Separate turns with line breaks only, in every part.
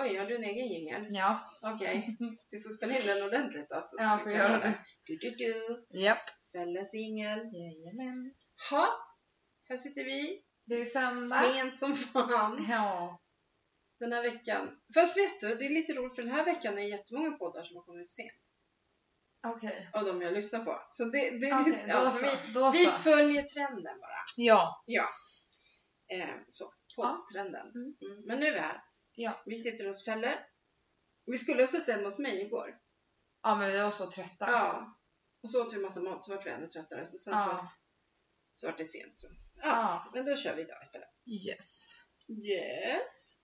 Oj, har du en egen jingel?
Ja,
Okej. Du får spela in den ordentligt alltså.
Ja, får
Trycka
göra
på den. Du, du, du.
japp.
Fälles jingel.
Jajamän.
Ha! Här sitter vi.
Det är söndag.
Sent som fan.
Ja.
Den här veckan. Fast vet du, det är lite roligt för den här veckan är det jättemånga poddar som har kommit ut sent.
Okej.
Av de jag lyssnar på. Så det, det är
Okej,
lite,
då
alltså, vi,
så. Då
vi
så.
följer trenden bara.
Ja.
Eh, så,
Ja.
poddtrenden.
Mm.
Mm. Men nu är vi här.
Ja.
Vi sitter hos Fälle. Vi skulle ha suttit hemma hos mig igår.
ja, men vi var så trötta.
Ja. Och så åt vi massa mat så vart vi ännu tröttare. Så sen så
Ja.
Så vart det sent. Så. Ja.
ja.
Men då kör vi idag istället.
Yes.
Yes.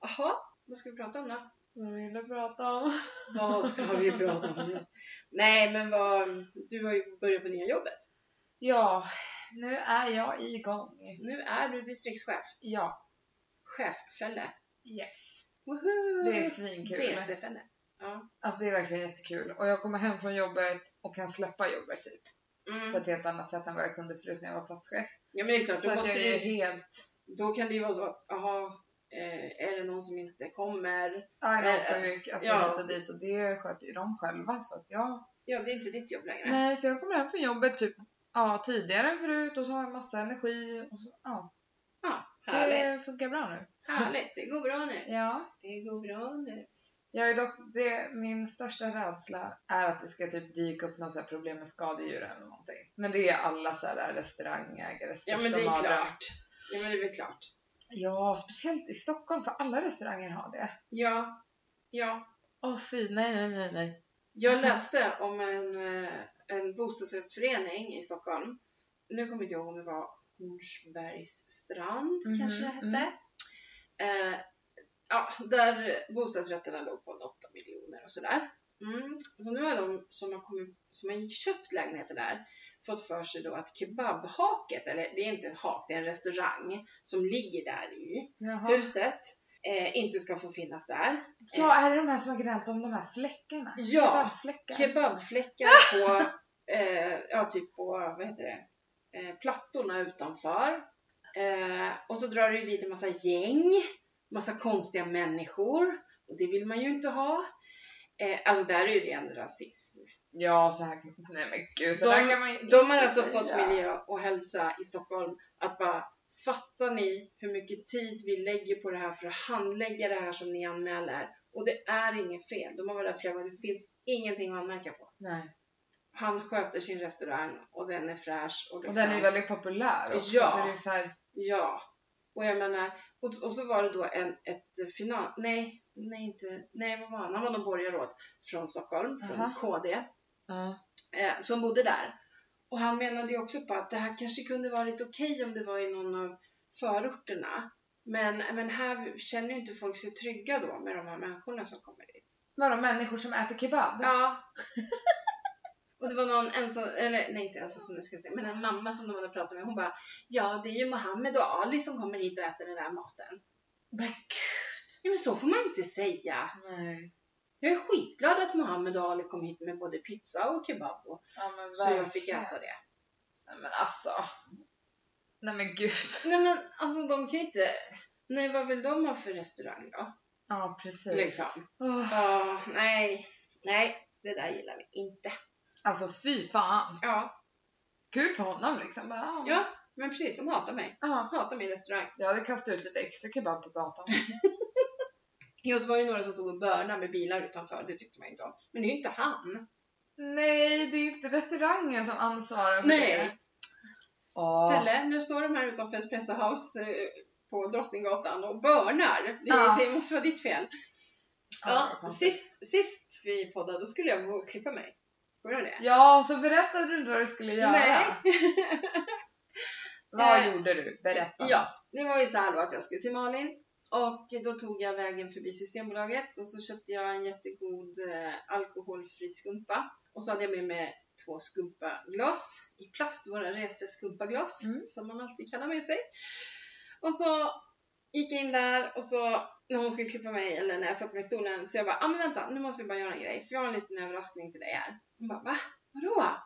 Jaha, vad ska vi prata om då?
Vad vill du prata om?
Vad ska vi prata om nu? Nej, men vad, du har ju börjat på nya jobbet.
Ja, nu är jag igång.
Nu är du distriktschef.
Ja.
Cheffälle.
Yes.
Woho!
Det är svinkul.
DC-fälle.
Alltså det är verkligen jättekul. Och jag kommer hem från jobbet och kan släppa jobbet typ. På
Mm.
ett helt annat sätt än vad jag kunde förut när jag var platschef.
Ja, men det är klart,
Så
då,
att
måste
jag är
du,
helt...
då kan det ju vara så att, jaha, eh, är det någon som inte kommer?
Ja, jag är
Eh,
sjuk. Alltså
ja.
hit och dit. Och det sköter ju de själva. Så att jag
Ja, det är inte ditt jobb längre.
Nej, så jag kommer hem från jobbet typ ja, tidigare än förut och så har jag massa energi. Och så, ja,
Ja, härligt.
det funkar bra nu.
Härligt, det går bra nu.
Ja.
Det går bra nu.
Jag är dock, det, min största rädsla är att det ska typ dyka upp något så här problem med skadedjur eller någonting. Men det är alla så här restaurangägare
Ja, men det är klart. Ja, men det är väl klart.
Ja, speciellt i Stockholm för alla restauranger har det.
Ja, ja.
Åh fy, nej, nej, nej, nej.
Jag läste om en, eh, en bostadsrättsförening i Stockholm. Nu kommer inte jag ihåg om det var Hornsbergs strand
Mhm,
kanske det hette.
mm.
Eh, ja, där bostadsrätterna låg på 8 miljoner och sådär. Mm. Så nu har de som har, kommit, som har köpt lägenheter där fått för sig då att kebabhaket, eller det är inte en hak, det är en restaurang som ligger där i
Jaha.
huset, eh, inte ska få finnas där.
Ja, är det de här som har gnällt om de här fläckarna?
Ja, Typ
Kebabfläckar.
kebabfläckar på, eh, ja, typ på vad heter det? Eh, plattorna utanför. Eh, och så drar det ju dit en massa gäng, massa konstiga människor och det vill man ju inte ha. Eh, alltså där är ju ren rasism.
ja, så här. Nej men gud, så
De-
där kan man ju
De har alltså
inte
fått
säga.
miljö och hälsa i Stockholm att bara Fattar ni hur mycket tid vi lägger på det här för att handlägga det här som ni anmäler? Och det är inget fel. De har varit där flera gånger. Det finns ingenting att anmärka på.
Nej.
han sköter sin restaurang och den är fräsch. Och,
Och
liksom,
den är ju väldigt populär också.
Ja.
Så det är så här,
Ja. Och jag menar, och, och så var det då en, ett final... Nej, nej inte... Nej, vad var han? Han var någon borgarråd från Stockholm, från
Aha.
KD,
ja.
eh, som bodde där. Och han menade ju också på att det här kanske kunde varit okej om det var i någon av förorterna. Men, men här känner ju inte folk sig trygga då med de här människorna som kommer dit.
Vadå, människor som äter kebab?
Ja. Och det var någon ensam, eller nej inte ensam som du skulle säga, men en mamma som de hade pratat med. Hon bara, ja det är ju Mohammed och Ali som kommer hit och äter den där maten.
Men gud.
Nej men så får man inte säga.
Nej.
Jag är skitglad att Mohammed och Ali kom hit med både pizza och kebab och,
Ja, men
så jag fick
verkligen.
äta det.
Nej men alltså. Nej men gud.
Nej men alltså de kan ju inte, nej vad vill de ha för restaurang då?
Ja precis.
Liksom.
Åh,
Ja, nej, nej det där gillar vi inte.
Alltså fy fan.
Ja,
Kul för honom liksom. Bara, Ja.
ja men precis de hatar mig.
ja.
De hatar min restaurang.
Jag hade kastat ut lite extra kebab på gatan.
Jo, så var det några som tog och börna med bilar utanför, det tyckte man inte om. Men det är ju inte han.
Nej, det är inte restaurangen som ansvarar för det.
Nej,
Åh.
Fälle, nu står de här utanför Espresso House eh, på Drottninggatan och börnar. Det,
Ja.
det måste vara ditt fel.
Ja,
Ja, sist, sist vi poddade, då skulle jag gå och klippa mig. Kommer du ihåg det?
Ja, så berättade du inte vad du skulle göra.
Nej.
Vad
Eh,
gjorde du? Berätta.
Ja, det var ju så här då att jag skulle till Malin och då tog jag vägen förbi Systembolaget och så köpte jag en jättegod eh, alkoholfri skumpa och så hade jag med mig två skumpaglas i plast, våra reseskumpaglas
Mm.
som man alltid kan ha med sig. Och så gick jag in där och så när hon skulle klippa mig eller när jag satt mig i stolen så jag bara, ah, men vänta nu måste vi bara göra en grej för jag har en liten överraskning till dig här. Hon bara, va? Vadå?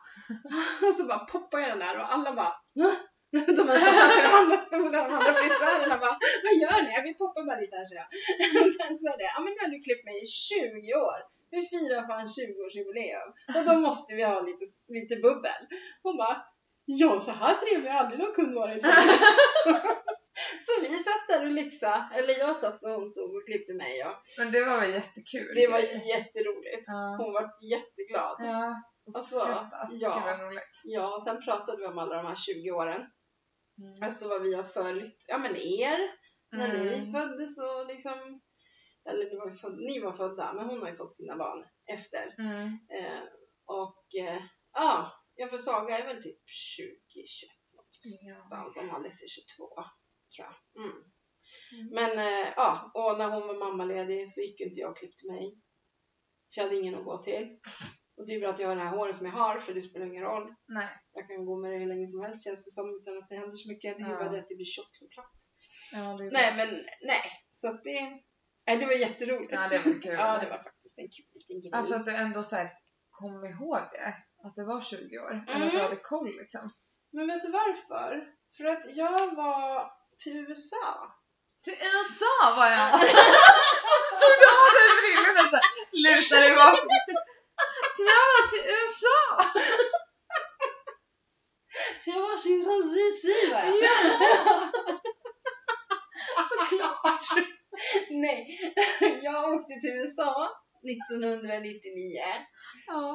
och så bara poppar jag den där och alla bara, "Va? De här som satt i de andra stolarna, de andra frisörerna bara, vad gör ni? Jag vill poppa bara lite här så jag. Sen sa det, ja men nu har du klippt mig i 20 år. Vi firar fan 20-årsjubileum och då måste vi ha lite, lite bubbel. Hon bara, ja så här trevlig har aldrig någon kund varit. så vi satt där och lyxa, eller jag satt och hon stod och klippte mig. Och
Men det var väl jättekul?
det var jätteroligt.
Ja.
Hon var jätteglad.
Ja.
Alltså,
Uppskattat.
ja.
Gud vad roligt.
Ja, och sen pratade vi om alla de här 20 åren.
Mm.
Alltså vad vi har följt, ja men er, när ni
Mm.
föddes och liksom, eller ni var, ju föd, ni var födda, men hon har ju fått sina barn efter.
Mm.
Eh, och eh, ja, jag för Saga är väl typ 20, 21
Ja.
någonstans, om Alice är 22 tror jag. Mm.
Mm.
Men eh, ja, och när hon var mammaledig så gick ju inte jag och klippte mig. För jag hade ingen att gå till. Och det är ju bra att jag har det här håret som jag har, för det spelar ingen roll.
Nej.
Jag kan gå med det hur länge som helst känns det som, utan att det händer så mycket. Det är ju
Ja.
bara det att det blir tjockt och platt.
Ja, det är
Nej, men nej. Så att det, nej, det var jätteroligt.
Ja, det var kul.
Ja, det var faktiskt en kul liten grej.
Alltså att du ändå så här, kom ihåg det. Att det var 20 år. Eller att du
Mm.
hade koll liksom.
Men vet du varför? För att jag var till USA.
Till USA var jag! Stod du av dig brillorna så här, lutade dig bak. Jag var till USA!
Så jag var sin som ZZ va?
Ja. Såklart!
Nej, jag åkte till USA 1999.
Ja.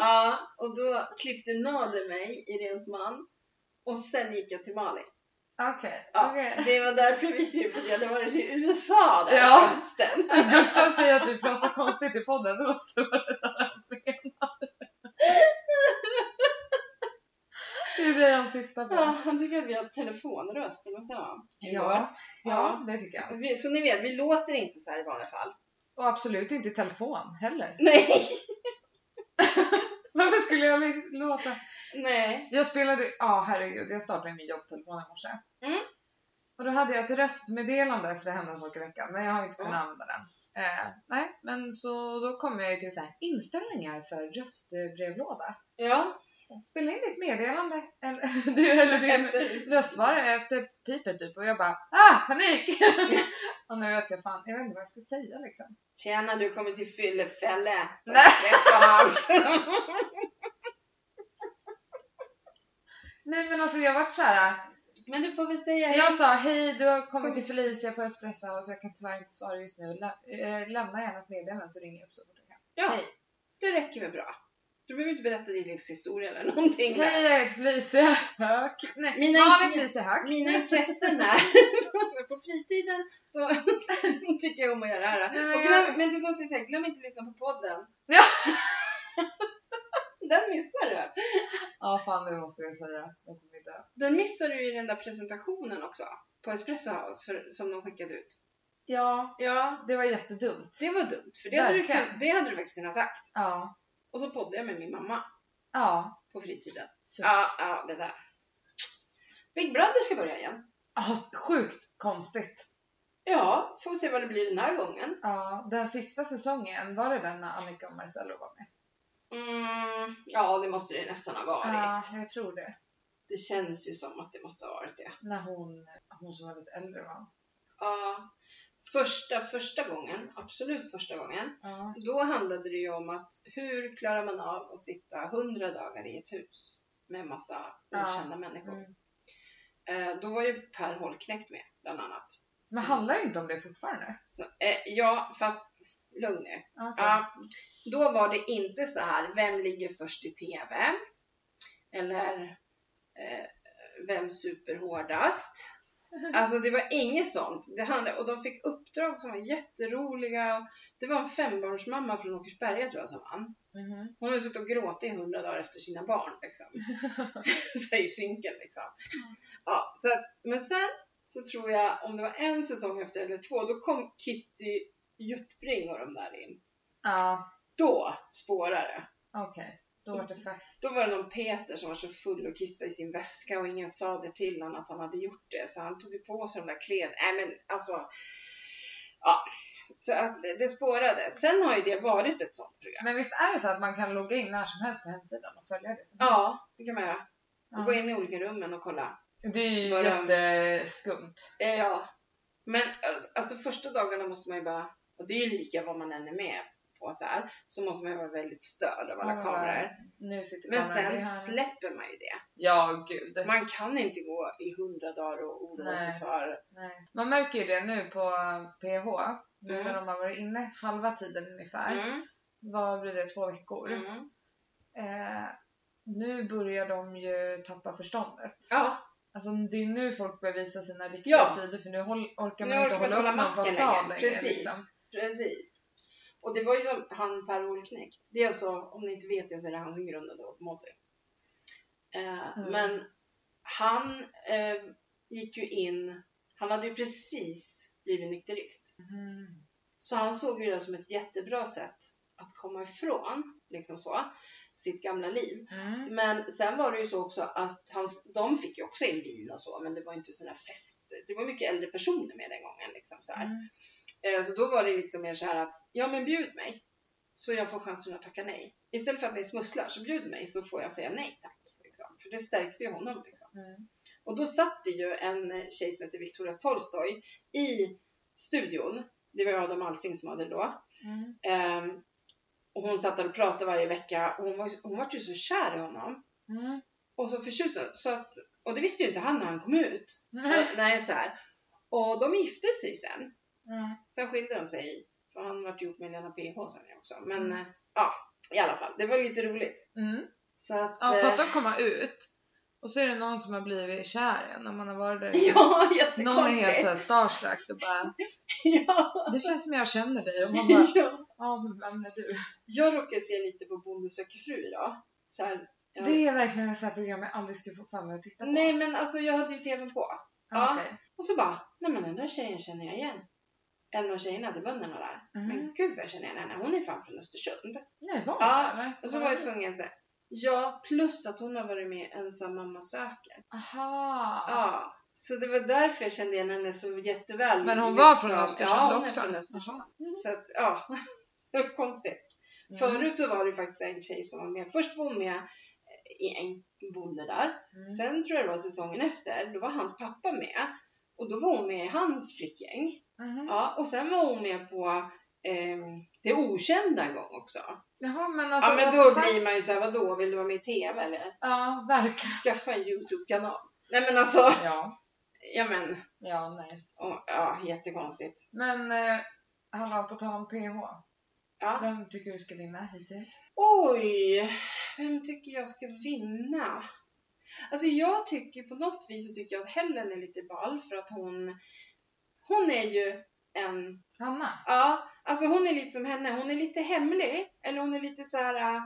Ja, och då klippte Nader mig i Rensman. Och sen gick jag till Mali.
Okej,
Ja,
okej.
Det var därför vi skrev för jag hade varit i USA där
Ja.
på hösten.
Gustav säger att vi pratar konstigt i podden, det måste vara det han menar. Det är det han syftar
Ja,
på.
han tycker att vi har telefonröst, eller vad säger man?
Ja, ja, det tycker jag.
Vi, så ni vet, vi låter inte så här i vanliga fall.
Och absolut inte i telefon heller.
Nej,
Varför skulle jag lys- låta?
nej.
Jag spelade, ja herregud, jag startade min jobbtelefon i morse.
Mm.
Och då hade jag ett röstmeddelande, för det hände en sak i veckan, men jag har inte kunnat
Ja.
använda den. Eh, nej, men så då kom jag ju till så här, inställningar för röstbrevlåda.
Ja,
Spela in ditt meddelande, eller, du, eller din
efter.
röstsvar efter pipet typ och jag bara ah panik! och nu vet jag fan, jag vet inte vad jag ska säga liksom.
Tjena, du kommer till Fyllefälle.
Nej. Nej men alltså jag vart såhär,
Men du får väl säga
jag sa hej du har kommit till Felicia på Espresso och så jag kan tyvärr inte svara just nu, Lä- eh, lämna gärna ett meddelande så ringer jag upp så fort jag kan.
Ja,
Hej.
det räcker väl bra. Du behöver inte berätta din livshistoria eller någonting.
Hej jag heter Felicia Höök. Nej,
Mina
vanlig
inte-
Felicia Höök.
Mina intressen är, på fritiden, då tycker jag om att göra det här.
Nej, men
Och
jag-
glöm, men du måste ju säga, glöm inte att lyssna på podden.
Ja.
Den missar du.
Ja fan det måste jag säga, jag kommer dö.
Den missar du i den där presentationen också. På Espresso House för, som de skickade ut.
Ja,
Ja,
det var jättedumt.
det var dumt. För det hade, du,
Verkligen.
kun- det hade du faktiskt kunnat sagt.
Ja,
Och så poddade jag med min mamma
ja.
på fritiden.
Så. Ja.
Ja, ja, det där. Big Brother ska börja igen.
sjukt konstigt.
Ja, får vi se vad det blir den här gången.
Ja, den sista säsongen, var det den när Annika och Marcello var med?
Mm, ja, det måste det nästan ha varit.
Ja, jag tror det.
Det känns ju som att det måste ha varit det.
När hon, hon som var lite äldre va?
Ja, första, första gången, absolut första gången,
Ja.
då handlade det ju om att hur klarar man av att sitta hundra dagar i ett hus med massa
Ja.
okända människor.
Mm.
Eh, då var ju Per Holknekt med, bland annat.
Men
Så-
handlar det inte om det fortfarande?
så, eh, ja, fast lugn nu.
Okej.
Ja, då var det inte så här, vem ligger först i TV? Eller eh, vem super hårdast? Alltså det var inget sånt. Det handlade, och de fick uppdrag som var jätteroliga. Det var en fembarnsmamma från Åkersberga tror jag som vann.
Mhm.
Hon hade suttit och gråtit i hundra dagar efter sina barn. Liksom. så I synken liksom. Ja, så att, men sen så tror jag, om det var en säsong efter eller två, då kom Kitty Juttbring och de där in
Ja,
då spårade det.
okej. Då var det fest.
Då var det någon Peter som var så full och kissade i sin väska och ingen sa det till honom att han hade gjort det. Så han tog ju på sig de där kläderna. Nej men alltså. Ja. Så att det spårade. Sen har ju det varit ett sånt program.
Men visst är det så att man kan logga in när som helst på hemsidan och följa det? Som
Ja, det kan man göra. Och
helst?
gå in i olika rummen och kolla.
Det är ju
Bara-
jätteskumt.
Eh, Ja. Men eh, alltså första dagarna måste man ju bara, och det är ju lika vad man än är med på så här, så måste man ju vara väldigt störd av alla
Man bara,
kameror.
Nu sitter
Men
kameran i
sen
hörnet.
släpper man ju det.
Ja, gud.
Man kan inte gå i hundra dagar och oroa sig
Nej.
för...
Nej. Man märker ju det nu på PH. Nu
Mm.
när de har varit inne halva tiden ungefär.
Mm,
Vad blir det? Två veckor?
mm.
Eh, nu börjar de ju tappa förståndet.
Ja,
Alltså det är nu folk börjar visa sina riktiga
Ja.
sidor för nu håll, orkar man
Nu
inte
orkar man
hålla
inte
upp
hålla
någon
masken
fasad
längre.
längre.
Precis.
Liksom.
Precis. Och det var ju som han Per Olknekt. Det är alltså, om ni inte vet det så är det han som grundade Odd Modeling. Eh,
Mm.
Men han eh, gick ju in, han hade ju precis blivit nykterist.
Mm.
Så han såg ju det som ett jättebra sätt att komma ifrån, liksom så, sitt gamla liv.
Mm.
Men sen var det ju så också att hans, de fick ju också in vin och så, men det var inte sådana fest, det var mycket äldre personer med den gången liksom så här.
Mm.
Eh, Så då var det liksom mer så här att, ja men bjud mig. Så jag får chansen att tacka nej. Istället för att ni smusslar, så bjud mig så får jag säga nej tack. Liksom. För det stärkte ju honom. Liksom.
Mm.
Och då satt det ju en eh, tjej som heter Victoria Tolstoy i studion. Det var ju Adam Alsing som hade det då.
Mm.
Ehm, och hon satt där och pratade varje vecka och hon var, hon var ju så kär i honom.
Mm.
Och så förtjust i honom. så att, Och det visste ju inte han när han kom ut. Och, nej, så här. och de gifte sig sen.
Mm.
Sen skilde de sig, för han vart ihop med Lena PH sen ju också. Men
Mm.
eh, ja, i alla fall. Det var lite roligt.
Mm.
Så att...
Ja,
eh,
fatta att komma ut och så är det någon som har blivit kär i en och man har varit där.
ja
någon är helt
jättekonstigt.
såhär starstruck och bara
ja,
Det känns som jag känner dig och man bara
ja.
Ja, men vem är du?
Jag råkar se lite på Bonde söker fru idag. Så här, jag,
Det är verkligen ett sånt här program jag aldrig skulle få för mig att titta på.
Nej men alltså jag hade ju tvn på.
Ja,
ja.
okej.
Och så bara, nej men den där tjejen känner jag igen. En av tjejerna till bönderna där.
Mhm.
Men gud vad jag känner igen henne. Hon är fan från Östersund.
Nej, var
Ja,
det? eller?
Och så var jag tvungen att säga, ja plus att hon har varit med i Ensam mamma söker.
Aha!
Ja, så det var därför jag kände igen henne så jätteväl.
Men hon
liksom.
var från Östersund
ja, hon är
också? Mm.
Från Östersund.
Jaha.
Så att, ja, det var konstigt.
Mm.
Förut så var det faktiskt en tjej som var med. Först var hon med i en bonde där.
Mm.
Sen tror jag det var säsongen efter, då var hans pappa med. Och då var hon med i hans flickgäng.
Mhm.
Ja, och sen var hon med på ehm, Det Okända en gång också.
Jaha, men alltså...
ja, men då
vad fan-
blir man ju såhär, vadå, vill du vara med i TV eller?
Ja, verkligen.
Skaffa en YouTube-kanal. Nej men alltså,
Ja,
ja men.
ja, nej.
Och, ja, jättekonstigt.
Men, eh, hallå, på tal om PH.
Ja.
Vem tycker du ska vinna hittills?
Oj! Vem tycker jag ska vinna? Alltså jag tycker på något vis så tycker jag att Helen är lite ball för att hon Hon är ju en,
Hanna?
ja, alltså hon är lite som henne, hon är lite hemlig eller hon är lite så här äh,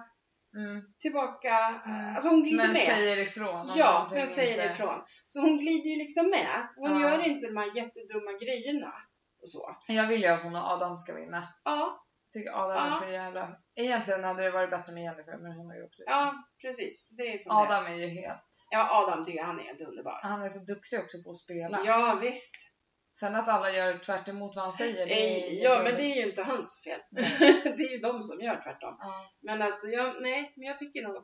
Mm.
tillbaka,
Mm.
alltså hon glider
Men
med.
säger ifrån om
ja,
någonting
men säger
inte...
ifrån. Så hon glider ju liksom med. Hon
Ja.
gör inte de här jättedumma grejerna och så.
Jag vill ju att hon och Adam ska vinna.
Ja,
Tycker Adam är
Ja.
så jävla... Egentligen hade det varit bättre med Jennifer, men hon har ju åkt ut.
ja precis. Det är som det.
Adam är ju helt...
Ja, Adam tycker jag han är helt underbar.
Han är så duktig också på att spela.
Ja, visst.
Sen att alla gör tvärt emot vad han säger, det är
Nej, ja, men det är ju inte hans fel.
Nej.
det är ju de som gör tvärtom.
Ja.
Men alltså, jag, nej, men jag tycker nog...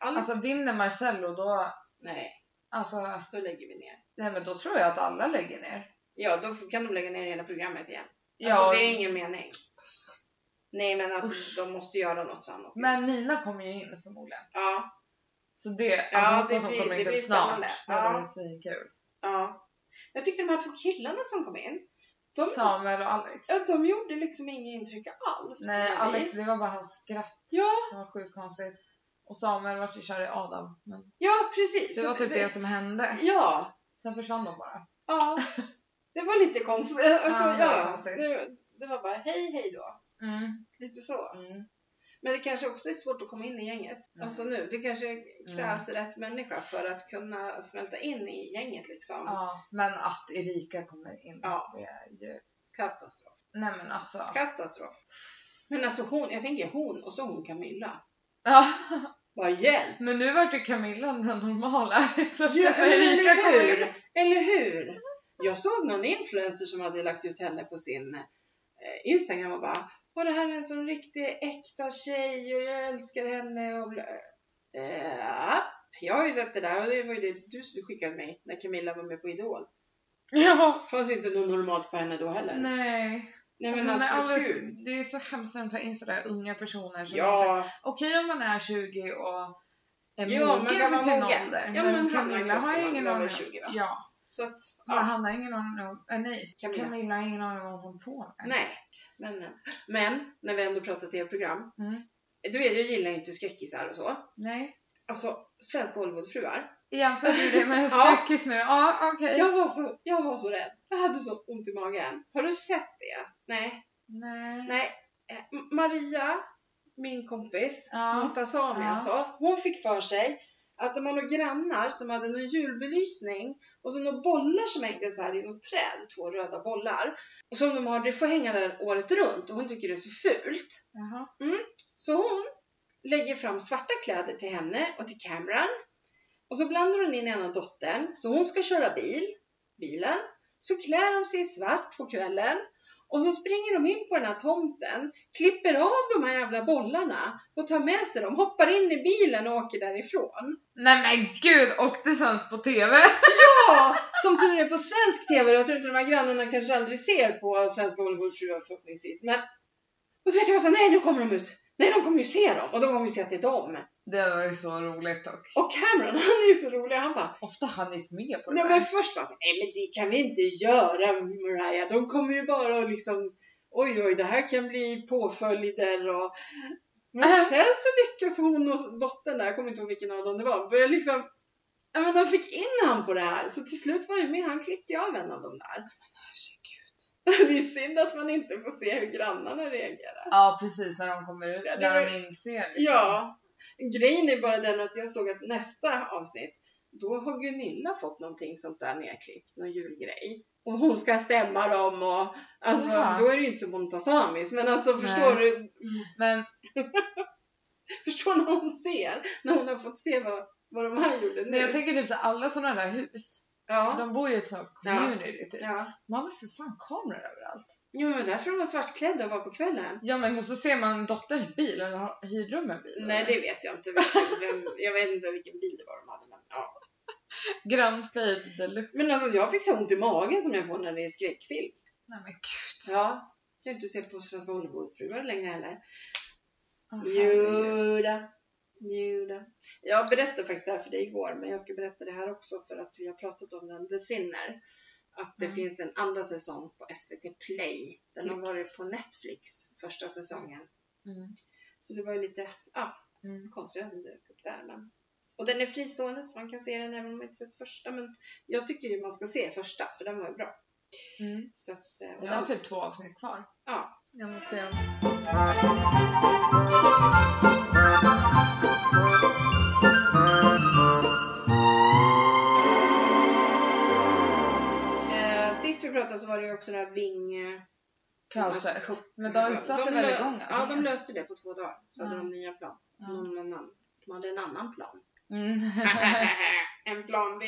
Alla,
Alltså vinner Marcello då...
nej,
Alltså,
då lägger vi ner.
nej men då tror jag att alla lägger ner.
Ja, då f- kan de lägga ner hela programmet igen.
Ja,
Alltså, det är ingen mening. Nej, men alltså, de måste göra något så han åker.
Men Nina kommer ju in förmodligen.
Ja,
Så det, alltså
Ja, det
hoppas hon
blir-
kommer
det
in typ
blir
snart.
spännande.
Det hade
Ja.
varit svinkul.
ja. Jag tyckte de här två killarna som kom in, de,
Samuel och Alex.
ja, de gjorde liksom inget intryck alls. på
Nej,
något
Alex
vis.
det var bara hans skratt
Ja.
som var sjukt konstigt. Och Samuel vart ju kär i Adam. Men
Ja, precis.
det
Så
var typ det som hände.
Ja,
Sen försvann de bara.
Ja, det var lite konstigt.
Ja,
Alltså,
det var
ja,
konstigt.
det, det var bara hej, hej då.
Mm,
Lite så.
mm.
Men det kanske också är svårt att komma in i gänget.
Mm.
Alltså nu, det kanske krävs rätt människa för att kunna smälta in i gänget liksom.
Ja, men att Erika kommer in,
Ja.
det är ju...
Katastrof.
Nej men alltså.
Katastrof. Men alltså hon, jag tänker hon och så hon Camilla.
Ja.
Vad hjälp!
Men nu vart ju Camilla den normala.
Ja,
Plötsligt när Erika
eller
kom in.
hur! Eller hur! Jag såg någon influencer som hade lagt ut henne på sin eh, Instagram och bara Åh, det här är en sån riktig äkta tjej och jag älskar henne och bla. Eh, Jag har ju sett det där och det var ju det du du skickade mig när Camilla var med på Idol.
Ja.
Fanns ju inte något normalt på henne då heller. Nej,
Nej.
men
Man är
alltså
alldeles,
gud.
det är så hemskt när de tar in sådär unga personer. Som inte,
Ja,
okej om man är 20 och är
Ja, man
mogen
kan
för
vara
sin
mogen.
ålder.
Ja, men Hanna
Camilla har ju
Klosterman
ingen
var
aning.
väl
om-
20, va?
Ja.
så att
Men
ja,
Hanna har ingen aning om, äh, nej,
Camilla.
Camilla. har ingen aning om vad hon håller på med.
nej. Men, men. men när vi ändå pratar tv-program.
Mm.
Du vet, jag gillar ju inte skräckisar och så.
nej.
Alltså, svenska Hollywoodfruar.
Jämför du det med en
Ja.
skräckis nu? Ja, okej.
Jag var, så, jag var så rädd. Jag hade så ont i magen. Har du sett det? Nej.
Nej.
Nej. Eh, M- Maria, min kompis,
Ja.
Monta Sami
Ja.
alltså. Hon fick för sig att de var några grannar som hade någon julbelysning och så några bollar som hängde så här i något träd, två röda bollar. Och som de har, det får hänga där året runt och hon tycker det är så fult.
Jaha.
Så hon lägger fram svarta kläder till henne och till Cameron. Och så blandar hon in ena dottern, så hon ska köra bil, bilen. Så klär de sig i svart på kvällen. Och så springer de in på den här tomten, klipper av de här jävla bollarna och tar med sig dem, hoppar in i bilen och åker därifrån.
Nej men gud! Och det sänds på TV!
Ja, som tur är på svensk TV, jag tror inte de här grannarna kanske aldrig ser på svenska Hollywoodfruar förhoppningsvis. Men, och du vet, jag sa nej nu kommer de ut, nej de kommer ju se dem och de kommer ju se att det är dem.
Det var ju så roligt och
Och Cameron, han är ju så rolig. Han bara,
ofta han gick med på det
nej
där.
men först var han så, nej men det kan vi inte göra Mariah. De kommer ju bara och liksom, oj oj, det här kan bli påföljder och... Men
Äh.
sen så lyckas hon och dottern där, jag kommer inte ihåg vilken av dem det var, börja liksom, ja men de fick in han på det här. Så till slut var ju med, han klippte ju av en av dem där. Det är synd att man inte får se hur grannarna reagerar.
Ja precis, när de kommer ut,
Ja, det
när
var-
de inser liksom.
Ja, grejen är bara den att jag såg att nästa avsnitt, då har Gunilla fått någonting sånt där nedklippt, någon julgrej. Och hon ska stämma dem och alltså
Jaha.
då är det ju inte Montazamis men alltså förstår du,
Men
förstår när hon ser, när hon har fått se vad, vad de här gjorde nu.
men jag tänker typ så här, alla sådana där hus,
ja,
de bor ju i ett sånt community typ.
ja.
Man har för fan kameror överallt?
Jo men därför de var svartklädda och var på kvällen.
Ja men så ser man dotterns bil, eller har- hyrde de en bil?
Nej det vet jag inte, vilken, vem, jag vet inte vilken bil det var de hade men ja.
Grannfejd deluxe.
Men alltså jag fick så ont i magen som jag får när det är skräckfilm.
Nej men gud.
Ja. Kan inte se på Svenska Hollywoodfruar längre heller.
Åh, herregud.
Juda. Juda. Jag berättade faktiskt det här för dig igår, men jag ska berätta det här också för att vi har pratat om den, The Sinner. Att det
Mm.
finns en andra säsong på SVT Play. Den har
Tips.
varit på Netflix, första säsongen.
Mm.
Så det var ju lite ja,
Mm.
konstigt att den dök upp där. Men... Och den är fristående så man kan se den även om man inte sett första. Men jag tycker ju man ska se första, för den var ju bra.
Mm.
Så att, eh, och
Jag har
den,
typ två avsnitt kvar.
ja,
Jag måste se dem.
Eh, sist vi pratade så var det ju också det här Ving... eh,
Kaoset.
Thomas Cook-
Men de satte väl
lö-
igång alltså.
Ja,
allting?
de löste det på två dagar. Så hade
Ja.
de nya plan.
Ja.
Någon annan. De hade en annan plan.
Mm.
en plan B.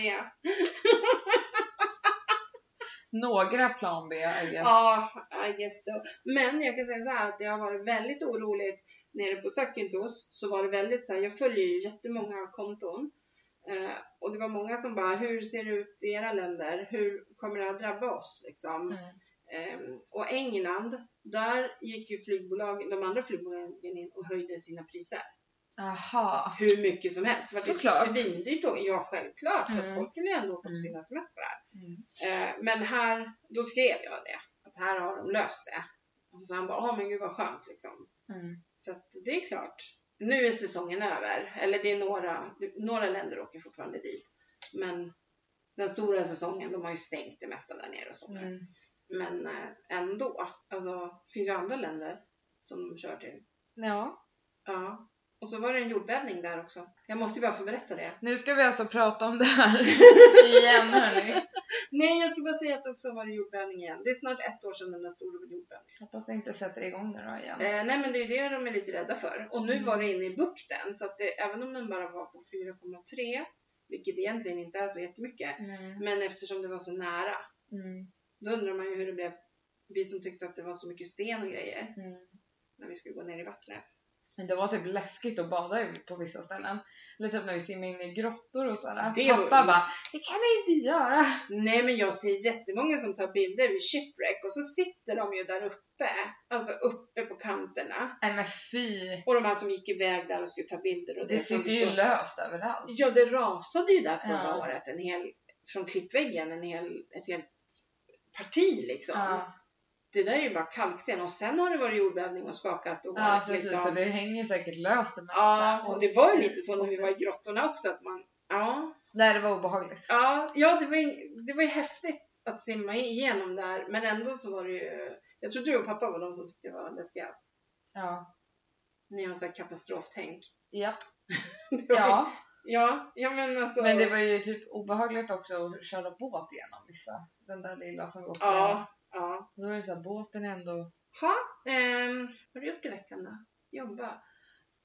Några plan B, I guess.
Ja, I guess so. Men jag kan säga så här att det har varit väldigt oroligt nere på Sökintos. Så var det väldigt så här, jag följer ju jättemånga konton. Eh, och det var många som bara, hur ser det ut i era länder? Hur kommer det här drabba oss? Liksom.
Mm.
Ehm, och England, där gick ju flygbolagen, de andra flygbolagen in och höjde sina priser.
Aha.
Hur mycket som helst. Det var
Såklart.
det svindyrt då? Ja, självklart. För att
Mm.
folk vill ju ändå åka på
Mm.
sina semestrar.
Mm.
Eh, men här, då skrev jag det. Att här har de löst det. Och så han bara, åh men gud vad skönt liksom.
Mm.
Så att det är klart. Nu är säsongen över. Eller det är några, några länder åker fortfarande dit. Men den stora säsongen, de har ju stängt det mesta där nere och så nu.
Mm.
Men eh, ändå. Alltså, det finns ju andra länder som kör till.
Ja.
Ja. Och så var det en jordbävning där också. Jag måste ju bara få berätta det.
Nu ska vi alltså prata om det här igen hörni.
Nej, jag ska bara säga att det också var en jordbävning igen. Det är snart ett år sedan den där stora jordbävningen.
Hoppas det inte sätter igång nu då igen.
Eh, nej, men det är ju det de är lite rädda för. Och nu
Mm.
var det inne i bukten, så att det, även om den bara var på 4,3, vilket egentligen inte är så jättemycket,
Mm.
men eftersom det var så nära,
Mm.
då undrar man ju hur det blev. Vi som tyckte att det var så mycket sten och grejer
Mm.
när vi skulle gå ner i vattnet.
Det var typ läskigt att bada i- på vissa ställen. Eller typ när vi simmade in i grottor och sådär.
Det var-
Pappa bara, det kan ni inte göra.
Nej men jag ser jättemånga som tar bilder vid shipwreck och så sitter de ju där uppe, alltså uppe på kanterna.
Nej men fy.
Och de här som gick iväg där och skulle ta bilder och det,
Det
som
sitter
vi
ju
såg-
löst överallt.
Ja, det rasade ju där förra
Ja.
året en hel, från klippväggen, en hel, ett helt parti liksom.
Ja,
Det där är ju bara kalksten och sen har det varit jordbävning och skakat och
ja
varit
precis. Så
liksom...
det hänger säkert löst det mesta.
Ja, och det var ju lite så när vi var i grottorna också att man, ja,
Nej, det var obehagligt.
ja, ja det, var ju, det var ju häftigt att simma igenom där men ändå så var det ju, jag tror du och pappa var de som tyckte det var läskigast.
Ja.
Ni har så här katastroftänk.
Ja.
Det var ju-
ja.
ja, ja men alltså.
Men det var ju typ obehagligt också att köra båt igenom vissa. Den där lilla som vi åkte igenom.
Ja, ja.
Då är det såhär, båten är ändå...
Ha, ehm, vad har du gjort i veckan då? Jobbat?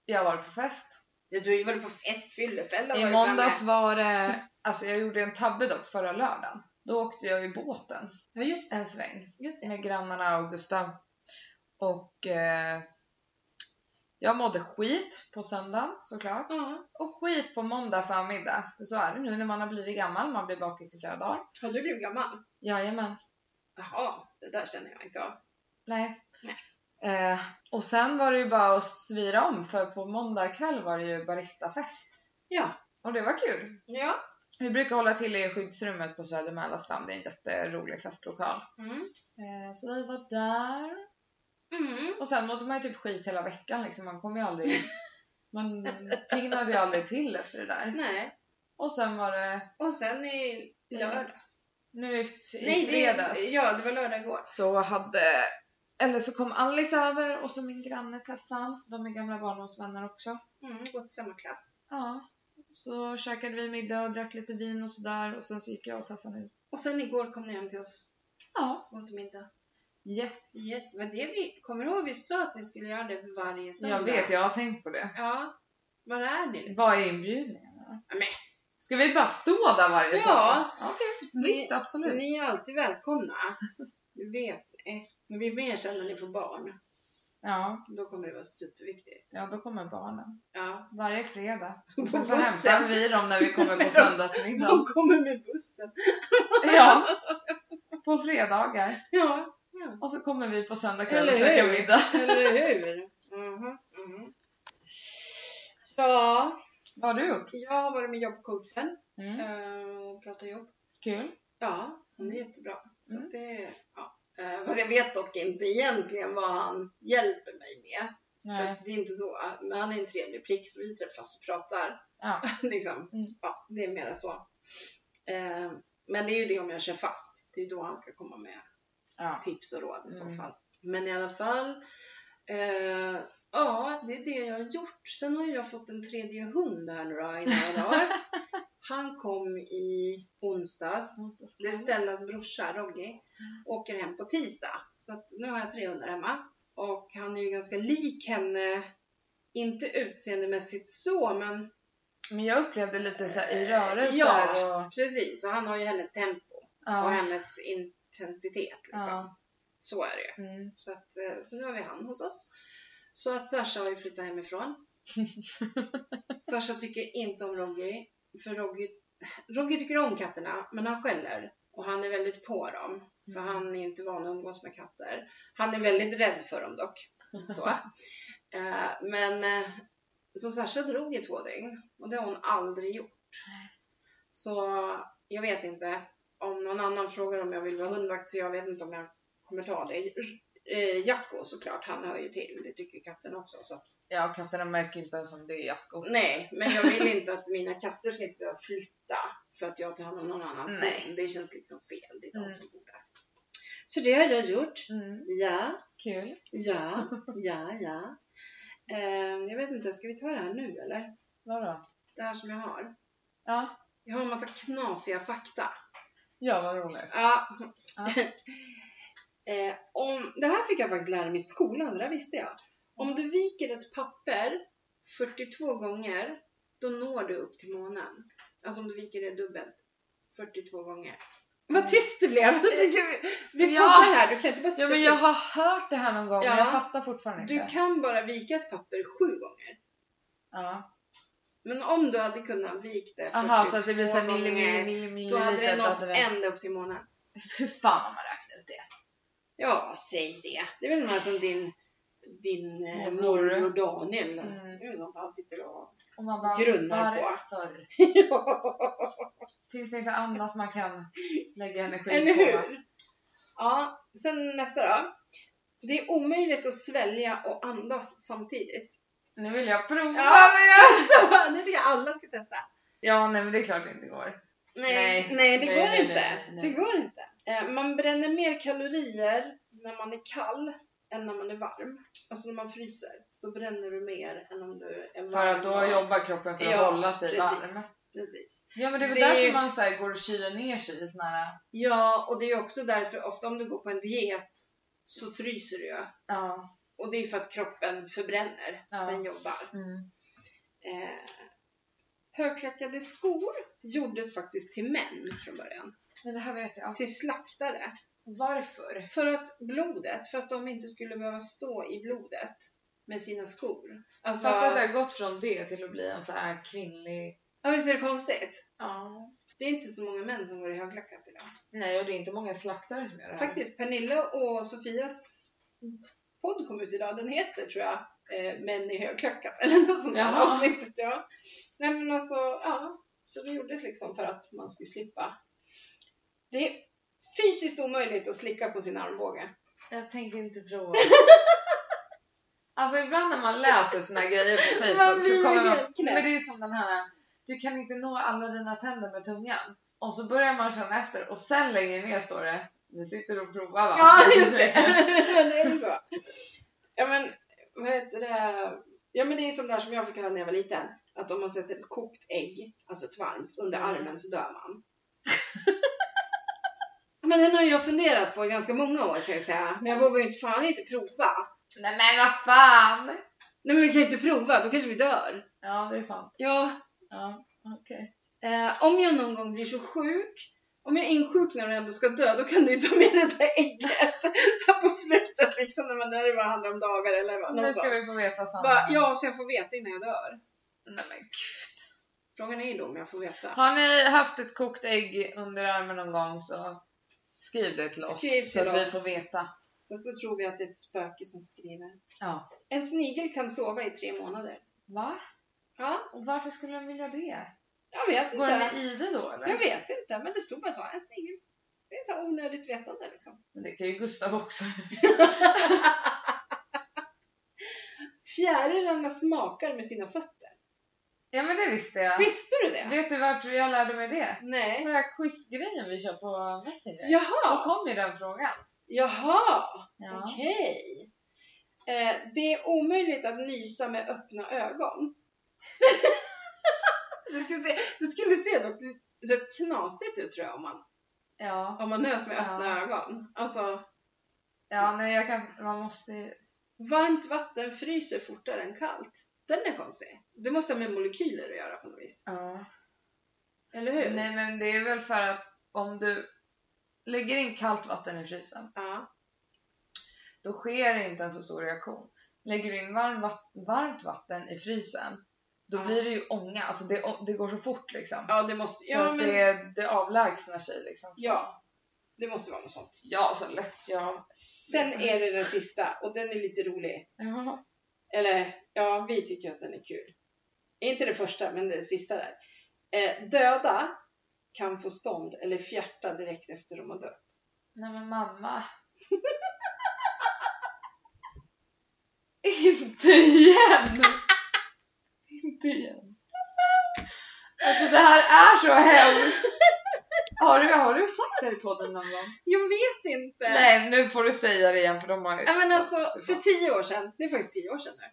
Jag var på fest.
Ja, du har ju varit på fest, fyllefälla
I
var du
måndags
framme.
var det... Alltså jag gjorde en tabbe dock förra lördagen. Då åkte jag i båten
Ja, just,
en sväng
just det.
med grannarna och Gustav. Och eh, jag mådde skit på söndagen såklart.
Ja.
Och skit på måndag förmiddag. För så är det nu när man har blivit gammal, man blir bakis i flera dagar.
Har du blivit gammal?
Jajamän.
Jaha, det där känner jag inte av.
Nej. Eh, och sen var det ju bara att svira om för på måndag kväll var det ju baristafest.
Ja.
Och det var kul.
Ja.
Vi brukar hålla till i skyddsrummet på Söder Mälarstrand. Det är en jätterolig festlokal.
Mm.
Eh, så vi var där.
Mm.
Och sen mådde man ju typ skit hela veckan liksom. Man kom ju aldrig... Man piggnade ju aldrig till efter det där.
Nej.
Och sen var det...
Och sen i lördags.
Nu i, f- i
Nej,
fredags.
Det, ja, det var lördag igår.
så hade... Eller så kom Alice över och så min granne Tessan. De är gamla barndomsvänner också.
Mm, gått i samma klass.
Ja. Så käkade vi middag och drack lite vin och sådär och sen så gick jag och Tessan ut.
Och sen igår kom ni hem till oss
Ja.
och åt middag.
Yes.
Yes, det var det vi, kommer du ihåg vi sa att ni skulle göra det varje söndag?
Jag vet, jag har tänkt på det.
Ja. Var är ni? liksom?
Vad är inbjudningarna?
Ja, men.
Ska vi bara stå där varje
Ja.
söndag? Ja. Okej, visst absolut.
Ni är alltid välkomna. Du vet ni. Men vi mer sen när ni får barn.
Ja,
Då kommer det vara superviktigt.
ja, då kommer barnen.
Ja.
Varje fredag. Och
På
sen så
bussen.
hämtar vi dem när vi kommer på
De
söndagsmiddag.
kommer med bussen.
Ja. På fredagar.
Ja,
Och så kommer vi på söndag kväll
Eller
och käkar
hur?
middag.
eller hur? Mhm, mhm. Ja,
Vad har du gjort?
jag har varit med jobbcoachen
Mm.
eh, och pratat jobb.
Kul.
Ja, hon är jättebra. Så
Mm.
att det, ja. Eh, Fast jag vet dock inte egentligen vad han hjälper mig med. För
Nej.
att det är inte så. Men han är en trevlig prick så vi träffas och pratar.
Ja.
liksom.
Mm.
ja, det är mera så. Eh, men det är ju det om jag kör fast. Det är ju då han ska komma med
Ja.
tips och råd i så
Mm.
fall. Men i alla fall. Eh, ja, det är det jag har gjort. Sen har ju jag fått en tredje hund här nu då i några dagar. Han kom i onsdags. Det är Stellas brorsa Rogge. Åker hem på tisdag. Så att nu har jag tre hundar hemma. Och han är ju ganska lik henne. Inte utseendemässigt så, men
Men jag upplevde lite så här i rörelser
Ja.
och...
Precis, och han har ju hennes tempo och
Ja.
hennes intensitet. Liksom.
ja.
Så är det ju.
Mm.
Så, att, eh, så nu har vi han hos oss. Så att Sasha har ju flyttat hemifrån. Sasha tycker inte om Roggy. För Roggy, Roggy tycker om katterna, men han skäller. Och han är väldigt på dem. För
Mm.
han är ju inte van att umgås med katter. Han är väldigt rädd för dem dock. Så. Eh, Men eh, så Sasha drog i två dygn och det har hon aldrig gjort. Så jag vet inte om någon annan frågar om jag vill vara hundvakt så jag vet inte om jag kommer ta det. Eh, Jacko såklart, han hör ju till. Det tycker katten också. Så. att-
ja, katterna märker inte ens om det är Jacko.
Nej, men jag vill inte att mina katter ska inte behöva flytta för att jag tar hand om någon annans
Nej.
hund. Det känns liksom fel. Det är de
Mm.
som bor där. Så det har jag gjort.
Mm.
Ja.
Kul.
Ja, ja, ja. Eh, jag vet inte, ska vi ta det här nu eller?
Vadå?
Det här som jag har.
Ja.
Jag har en massa knasiga fakta.
Ja, vad roligt.
Ja.
Ja.
eh, om, det här fick jag faktiskt lära mig i skolan, så det här visste jag. Om du viker ett papper 42 gånger, då når du upp till månen. Alltså om du viker det dubbelt 42 gånger. Vad tyst det blev! Vi poddar
Mm. Ja.
här, du kan inte bara sitta
Ja men jag har hört det här någon gång men
Ja.
jag fattar fortfarande
tyst.
inte.
Du kan bara vika ett papper sju gånger.
Ja.
Men om du hade kunnat vika det
Aha, så att det blir
42
såhär milli, milli,
typ gånger,
milli, milli,
Då hade det
lite,
nått
att det-
ända upp till månaden.
Hur fan har man räknat ut det?
Ja, säg det. Det är väl den här som din, din eh,
Morbror.
morbror Daniel.
Mm.
Det är väl sånt han sitter och...
Och man bara,
Grunnar på.
varför? Finns det inte annat man kan lägga energi
Eller
på? va?
hur? Ja, sen nästa då. Det är omöjligt att svälja och andas samtidigt.
Nu vill jag prova
Ja.
men jag...
det tycker jag alla ska testa.
Ja, nej men det är klart det inte går.
Nej,
Nej.
nej det
Nej,
går
nej,
inte.
nej, nej.
Det går inte. Eh, Man bränner mer kalorier när man är kall än när man är varm. Alltså när man fryser. Då bränner du mer än om du är varm.
För att då
och-
jobbar kroppen för att
Ja,
hålla sig varm.
precis, precis.
Ja men det är väl
Det är
därför
ju-
man så här går och kyler ner sig i såna här...
Ja, och det är också därför ofta om du går på en diet så fryser du ju.
Ja.
Och det är för att kroppen förbränner.
ja.
Den jobbar.
Mm.
Eh, högklackade skor gjordes faktiskt till män från början.
Men det här vet jag.
Till slaktare.
Varför?
För att blodet, för att de inte skulle behöva stå i blodet med sina skor. Alltså,
Fatta att det har gått från det till att bli en så här kvinnlig...
ja, visst är det konstigt?
Ja.
Det är inte så många män som går i högklackat idag.
Nej och det är inte många slaktare som gör det här.
Faktiskt, Pernilla och Sofias podd kom ut idag. Den heter tror jag eh, Män i högklackat eller något sånt där
Jaha.
avsnittet. Ja. Nej men alltså, ja. Så det gjordes liksom för att man skulle slippa. Det är fysiskt omöjligt att slicka på sin armbåge.
Jag tänker inte prova. alltså ibland när man läser såna här grejer på Facebook så
blir
kommer man...
helt knäpp.
Men det är som den här, du kan inte nå alla dina tänder med tungan. Och så börjar man känna efter och sen längre ner står det, vi sitter och provar va?
Ja, just det. det är så. Ja, men vad heter det? Ja, men det är som det här som jag fick höra när jag var liten. Att om man sätter ett kokt ägg, alltså ett varmt, under
Mm.
armen så dör man. men den har jag funderat på i ganska många år kan jag säga. Men jag vågar ju inte fan inte prova.
Nej men vad fan!
Nej, men vi kan ju inte prova, då kanske vi dör.
Ja det är sant.
Ja,
Ja, okej.
eh, om jag någon gång blir så sjuk, om jag insjuknar och ändå ska dö, då kan du ju ta med det där ägget. Så här på slutet liksom, när, man, när det bara handlar om dagar eller vad.
Nu
något
ska vi få veta
Bara,
sanningen.
ja, så jag får veta innan jag dör.
Nej, men gud.
Frågan är ju då om jag får veta.
Har ni haft ett kokt ägg under armen någon gång så skriv det till oss
Skriv
så
till
att vi
oss.
får veta.
Fast då tror vi att det är ett spöke som skriver.
Ja.
En snigel kan sova i tre månader.
Va?
Ja,
Och varför skulle de vilja det?
jag vet
Går den
inte.
i ide då eller?
Jag vet inte, men det stod bara så. En snigel. Det är så här onödigt vetande liksom.
Men det kan ju Gustav också.
Fjärilarna smakar med sina fötter.
Ja men det visste jag.
Visste du det?
Vet du varför jag lärde mig det? På
Nej.
den här quizgrejen vi kör på Messenger. Då
Jaha!
kom ju den frågan.
Jaha!
Ja.
Okej. Eh, det är omöjligt att nysa med öppna ögon. du, skulle se, du skulle se dock rätt knasigt ut tror jag om man,
Ja.
om man nös med
Ja.
öppna ögon. Alltså,
ja, nej jag kan, man måste ju...
varmt vatten fryser fortare än kallt. Den är konstig. Det måste ha med molekyler att göra på något vis.
Ja.
Eller hur?
Nej men det är väl för att om du lägger in kallt vatten i frysen,
Ja.
då sker det inte en så stor reaktion. Lägger du in varm vat- varmt vatten i frysen, då
Ja.
blir det ju ånga. Alltså det, det går så fort liksom.
ja, det måste,
för
ja,
att
men,
det, det avlägsnar sig liksom.
Ja. det måste vara något sånt.
Ja, så lätt jag
Sen är det den sista och den är lite rolig.
Ja.
Eller ja, vi tycker att den är kul. Inte det första, men det sista där. Eh, döda kan få stånd eller fjärta direkt efter de har dött.
Nej men mamma. Inte igen! Inte igen. Alltså det här är så hemskt. Har du, har du sagt det här i podden någon gång?
Jag vet inte!
Nej, nu får du säga det igen för de har ju...
Ja, men alltså, för tio år sedan, det är faktiskt tio år sedan nu,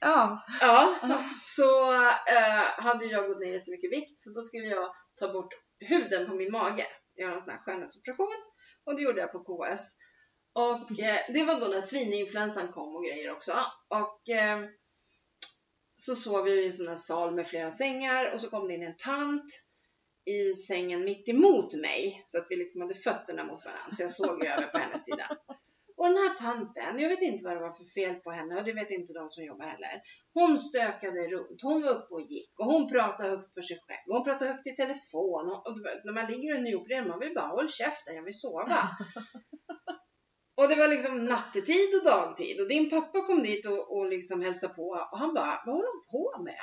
Ja.
ja,
Ja.
så eh, hade jag gått ner jättemycket vikt så då skulle jag ta bort huden på min mage, göra en sån här skönhetsoperation och det gjorde jag på KS. Och eh, det var då när svininfluensan kom och grejer också och eh, så sov vi i en sån här sal med flera sängar och så kom det in en tant i sängen mitt emot mig så att vi liksom hade fötterna mot varandra så jag såg ju över på hennes sida. Och den här tanten, jag vet inte vad det var för fel på henne och det vet inte de som jobbar heller. Hon stökade runt, hon var uppe och gick och hon pratade högt för sig själv. Hon pratade högt i telefon och, och du vet, när man ligger och är nyopererad man vill bara håll käften, jag vill sova. Och det var liksom nattetid och dagtid och din pappa kom dit och, och liksom hälsade på och han bara, vad håller hon på med?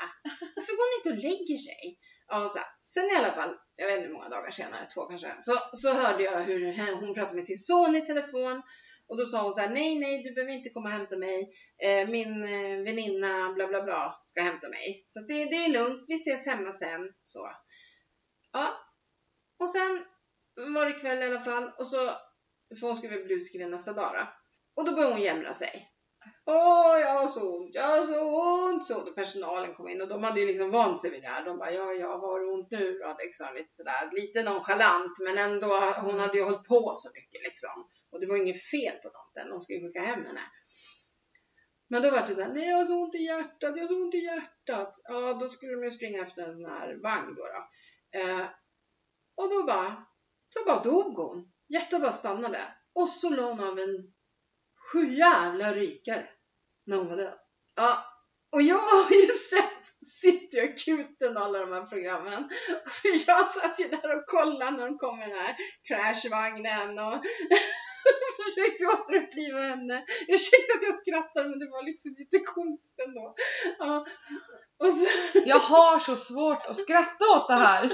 Varför går hon inte och lägger sig? Ja, så här. Sen i alla fall, jag vet inte hur många dagar senare, två kanske, så, så hörde jag hur hen- hon pratade med sin son i telefon och då sa hon så här, nej, nej, du behöver inte komma och hämta mig. Eh, min eh, väninna bla bla bla ska hämta mig. Så det, det är lugnt, vi ses hemma sen. Så. Ja. Och sen var det kväll i alla fall och så för hon skulle väl bli utskriven nästa dag då. Och då började hon jämra sig. Åh, jag har så ont, jag har så ont, så ont. Och personalen kom in och de hade ju liksom vant sig vid det här. De bara, ja, ja, vad har du ont nu då? Liksom, lite sådär, lite nonchalant, men ändå, hon hade ju hållit på så mycket liksom. Och det var inget fel på tanten, de skulle skicka hem henne. Men då var det såhär, nej jag har så ont i hjärtat, jag har så ont i hjärtat. Ja, då skulle de ju springa efter en sån här vagn då. då. Eh, och då bara, så bara dog hon. Hjärtat bara stannade. Och så la hon av en sjujävla rykare när hon var död. Ja, och jag har ju sett City Akuten och alla de här programmen. Och så jag satt ju där och kollade när de kom med den här crashvagnen och försökte återuppliva henne. Ursäkta att jag skrattar men det var liksom lite komiskt ändå. Ja. Och så,
Jag har så svårt att skratta åt det här.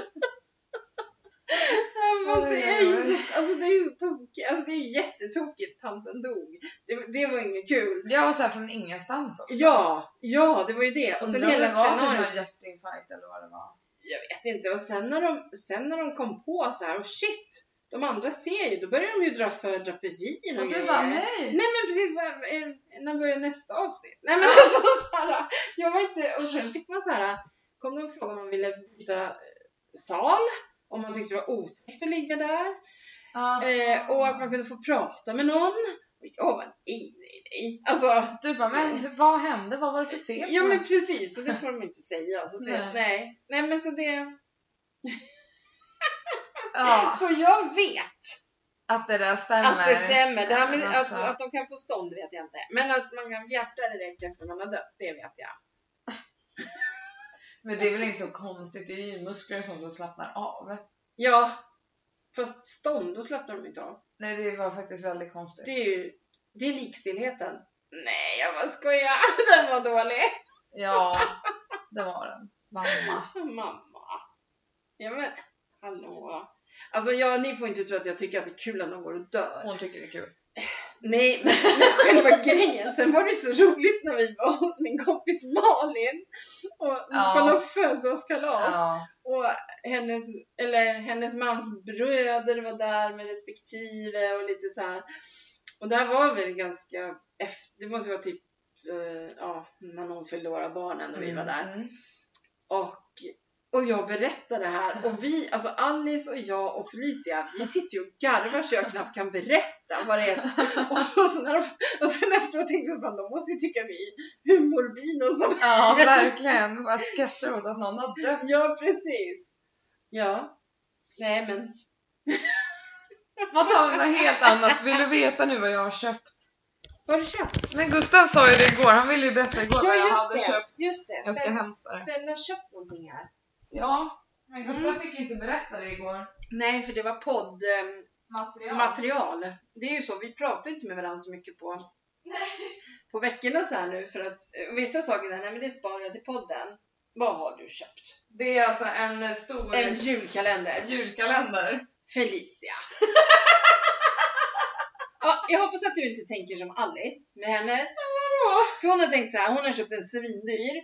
Nej, men fast
Oj,
det är ju
oj, oj.
så, alltså det är ju tokigt, alltså det är ju jättetokigt tanten dog. Det, det var inget kul.
Jag var så här från ingenstans också.
Ja, ja det var ju det. Och sen
Undrar om
hela
det var typ
scenariot.
någon hjärtinfarkt eller vad det var.
Jag vet inte. Och sen när de, sen när de kom på så här, och shit, de andra ser ju, då börjar de ju dra för draperier och,
Och du
grejer.
bara nej!
Nej men precis, vad- eh, när börjar nästa avsnitt? Nej men alltså så här, jag var inte, och sen fick man så här, kom de och frågade om man ville byta eh, tal, om man tyckte det var otäckt att ligga där.
Ja.
Eh, och att man kunde få prata med någon. Och jag bara nej, nej, nej. Alltså,
Du bara men hur- vad hände? Vad var det för fel? på
ja men
den?
precis, och det får de inte säga. Så det,
Nej.
nej. nej. men så det,
ja,
så jag vet
att det där stämmer.
att det stämmer. Det här med
Men alltså.
att, att de kan få stånd vet jag inte. Men att man kan hjärta direkt efter man har dött, det vet jag.
Men det är väl inte så konstigt? Det är ju muskler och sånt som slappnar av.
Ja, fast stånd, då slappnar de inte av.
Nej, det var faktiskt väldigt konstigt.
Det är ju, det är likstillheten. Nej, jag bara skojar. Den var dålig.
Ja, det var den. Mamma.
Ah, Mamma. Ja men, hallå. Alltså ja, ni får inte tro att jag tycker att det är kul att någon går och dör.
Hon tycker det är kul.
Nej, men själva grejen. Sen var det så roligt när vi var hos min kompis Malin och
Ja.
på någon födelsedagskalas.
Ja.
Och hennes, eller hennes mans bröder var där med respektive och lite så här. Och det här var väl ganska, eff- det måste vara typ eh, ja, när någon förlorade barnen och vi var där.
Mm.
Och, och jag berättar det här och vi, alltså Alice och jag och Felicia, vi sitter ju och garvar så jag knappt kan berätta vad det är. som- Och, och, sen, när de, och sen efteråt tänkte jag att de måste ju tycka vi är humorbinon som...
Ja, verkligen. Vad skrattar åt att någon har dött.
Ja, precis. Ja. Nej men,
Vad talar om något helt annat? Vill du veta nu vad jag har köpt?
vad har du köpt?
Men Gustav sa ju det igår. Han ville ju berätta igår
Ja,
vad jag
just
hade
det.
köpt.
Just det.
Jag ska
Fäll-
hämta det.
Fäll har köpt någonting här.
Ja, men
Mm.
Gustav fick inte berätta det igår.
Nej, för det var ehm, poddmaterial.
Material.
Det är ju så, vi pratar inte med varandra så mycket på på veckorna så här nu för att eh, vissa saker där, nej men det sparar jag till podden. Vad har du köpt?
det är alltså en eh, stor
En julkalender.
julkalender.
Felicia. ja, jag hoppas att du inte tänker som Alice med hennes. För hon har tänkt så här, hon har köpt en svindyr.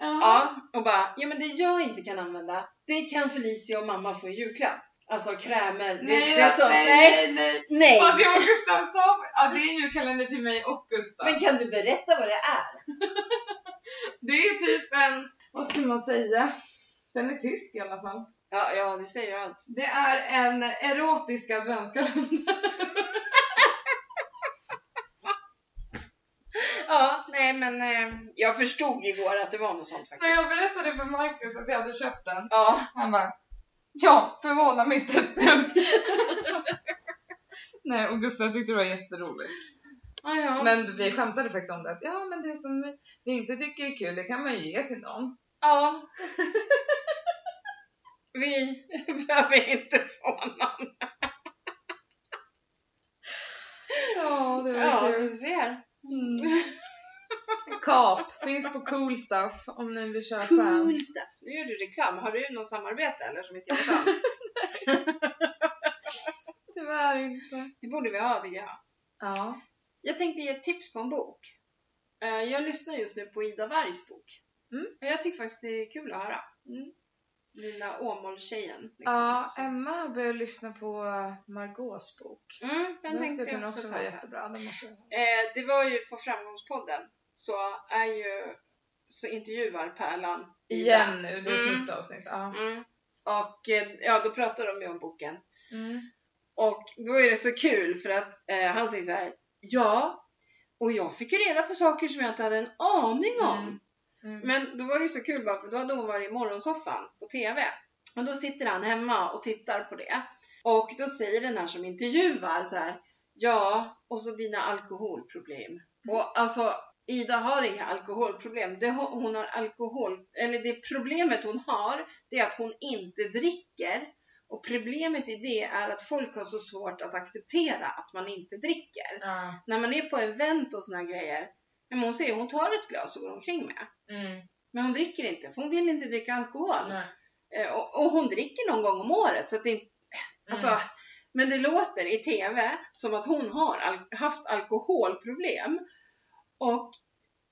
Ja, och bara, ja men det jag inte kan använda, det kan Felicia och mamma få i julklapp. Alltså krämer. Det,
Nej,
det är så,
nej,
nej,
nej, nej.
nej.
Fast jag och Gustav sa, ja det är en julkalender till mig och Gustav.
Men kan du berätta vad det är?
Det är typ en, vad ska man säga? Den är tysk i alla fall.
Ja, ja, det säger ju allt.
Det är en erotisk adventskalender.
Ja, nej men eh, jag förstod igår att det var något sånt
När
faktiskt.
jag berättade för Marcus att jag hade köpt den,
Ja,
han bara Ja, förvåna mig inte ett dugg. Nej, och Gustav tyckte det var jätteroligt.
Ah, ja.
Men vi skämtade faktiskt om det att ja, men det som vi inte tycker är kul, det kan man ju ge till någon.
ja. Vi behöver inte få någon.
Ja, det
Ja, du ser.
Mm. Kap finns på cool stuff om ni vill köpa.
Cool stuff. Nu gör du reklam. Har du något samarbete eller som inte jag kan?
Tyvärr inte.
Det borde vi ha tycker jag.
Ja.
Jag tänkte ge ett tips på en bok. Eh, Jag lyssnar just nu på Ida Wargs bok.
Mm.
Och Jag tycker faktiskt det är kul att höra.
Mm.
Lilla Åmålstjejen. Liksom.
ja, Emma har börjat lyssna på Margaux bok.
mm, den,
Den,
tänkte
skulle
jag
kunna
också,
också
ta
vara
sen.
jättebra. Den måste... jag-
Eh, det var ju på Framgångspodden så är ju så intervjuar Pärlan Ida.
Igen nu, det är ett
Mm.
nytt avsnitt. Ja.
Mm. Och eh, ja, då pratar de ju om boken.
Mm.
Och då är det så kul för att eh, han säger så här. Ja, och jag fick ju reda på saker som jag inte hade en aning om.
Mm. Mm.
Men då var det ju så kul bara för då hade hon varit i morgonsoffan på TV. Och då sitter han hemma och tittar på det. Och då säger den här som intervjuar så här. Ja, och så dina alkoholproblem. Och alltså Ida har inga alkoholproblem. Det, har- hon har alkohol, eller det problemet hon har, det är att hon inte dricker. Och problemet i det är att folk har så svårt att acceptera att man inte dricker.
Ja.
När man är på event och såna här grejer, men hon säger hon tar ett glas och går omkring med.
Mm.
Men hon dricker inte, för hon vill inte dricka alkohol.
Nej.
Eh, Och, och hon dricker någon gång om året. Så att det, inte- alltså,
Mm.
Men det låter i TV som att hon har al- haft alkoholproblem. Och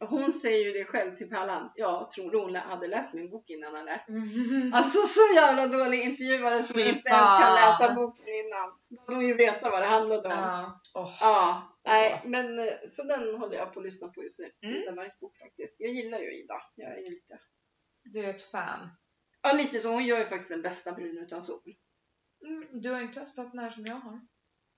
hon säger ju det själv till Pallan. Jag tror hon lä- hade läst min bok innan eller?
Mm.
Alltså så jävla dålig intervjuare som
Fy
inte ens
fan.
kan läsa boken innan. Då hade hon ju veta vad det handlade om. Ja,
Ja. Åh.
nej, men eh, så den håller jag på att lyssna på just nu.
Mm.
Ida Bergs bok faktiskt. Jag gillar ju Ida. Jag är ju lite
Du är ett fan.
Ja, lite så. Hon gör ju faktiskt den bästa brun utan sol.
Mm. Du har inte testat den här som jag har.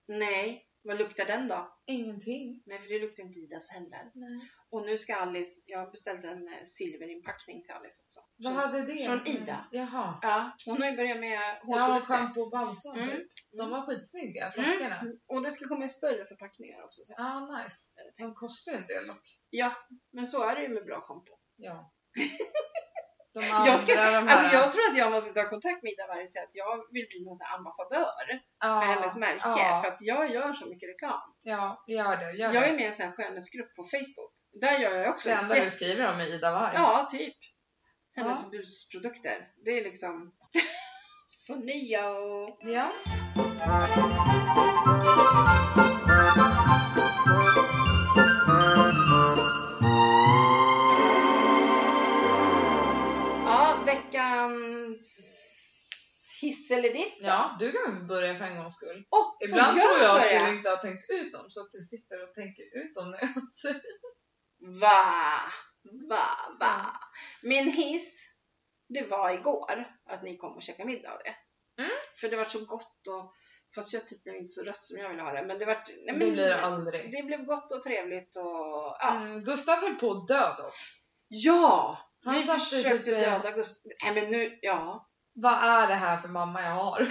Nej, vad luktar den då?
Ingenting.
Nej, för det luktar inte Idas heller.
Nej.
Och nu ska Alice, jag har beställt en eh, silverinpackning till Alice också.
Vad
Så-
hade det?
från Ida.
Jaha.
Ja, hon har ju börjat med
Ja,
hårprodukter.
schampo och balsam.
Mm.
typ. De var skitsnygga,
Mm.
flaskorna.
Och det ska komma i större förpackningar också. Så.
Ja, ah, nice. De kostar ju en del dock.
Ja, men så är det ju med bra schampo.
Ja. De andra,
Jag ska-
de här...
Alltså jag tror att jag måste ta kontakt med Ida Berg och säga att jag vill bli någon sån här ambassadör
ja,
för hennes märke.
ja.
För att jag gör så mycket reklam.
Ja, gör det. Gör
Jag är
det.
med i en sån här skönhetsgrupp på Facebook. Där gör jag också
Det enda du
jätte-
skriver om är Ida Warg.
Ja, typ. Hennes
Ja.
busprodukter. Det är liksom så nya och...
Ja.
Ja, veckans hiss eller diss då?
ja, du kan väl börja för en gångs skull.
Åh, får
Ibland tror jag att
börja?
du inte har tänkt ut dem så att du sitter och tänker ut dem när jag säger
Va, va,
Mm.
va. Min hiss, det var igår att ni kom och käkade middag av det.
Mm.
För det var så gott och... Fast köttet blev inte så rött som jag ville ha det. Men det var... Nej, men,
det. blir det aldrig.
det blev gott och trevligt och... Ja.
Mm, Gustav höll på att dö dock.
Ja!
Han
vi
satt i
försökte
typ, eh,
döda Gustav. Nej men nu, ja.
Vad är det här för mamma jag har?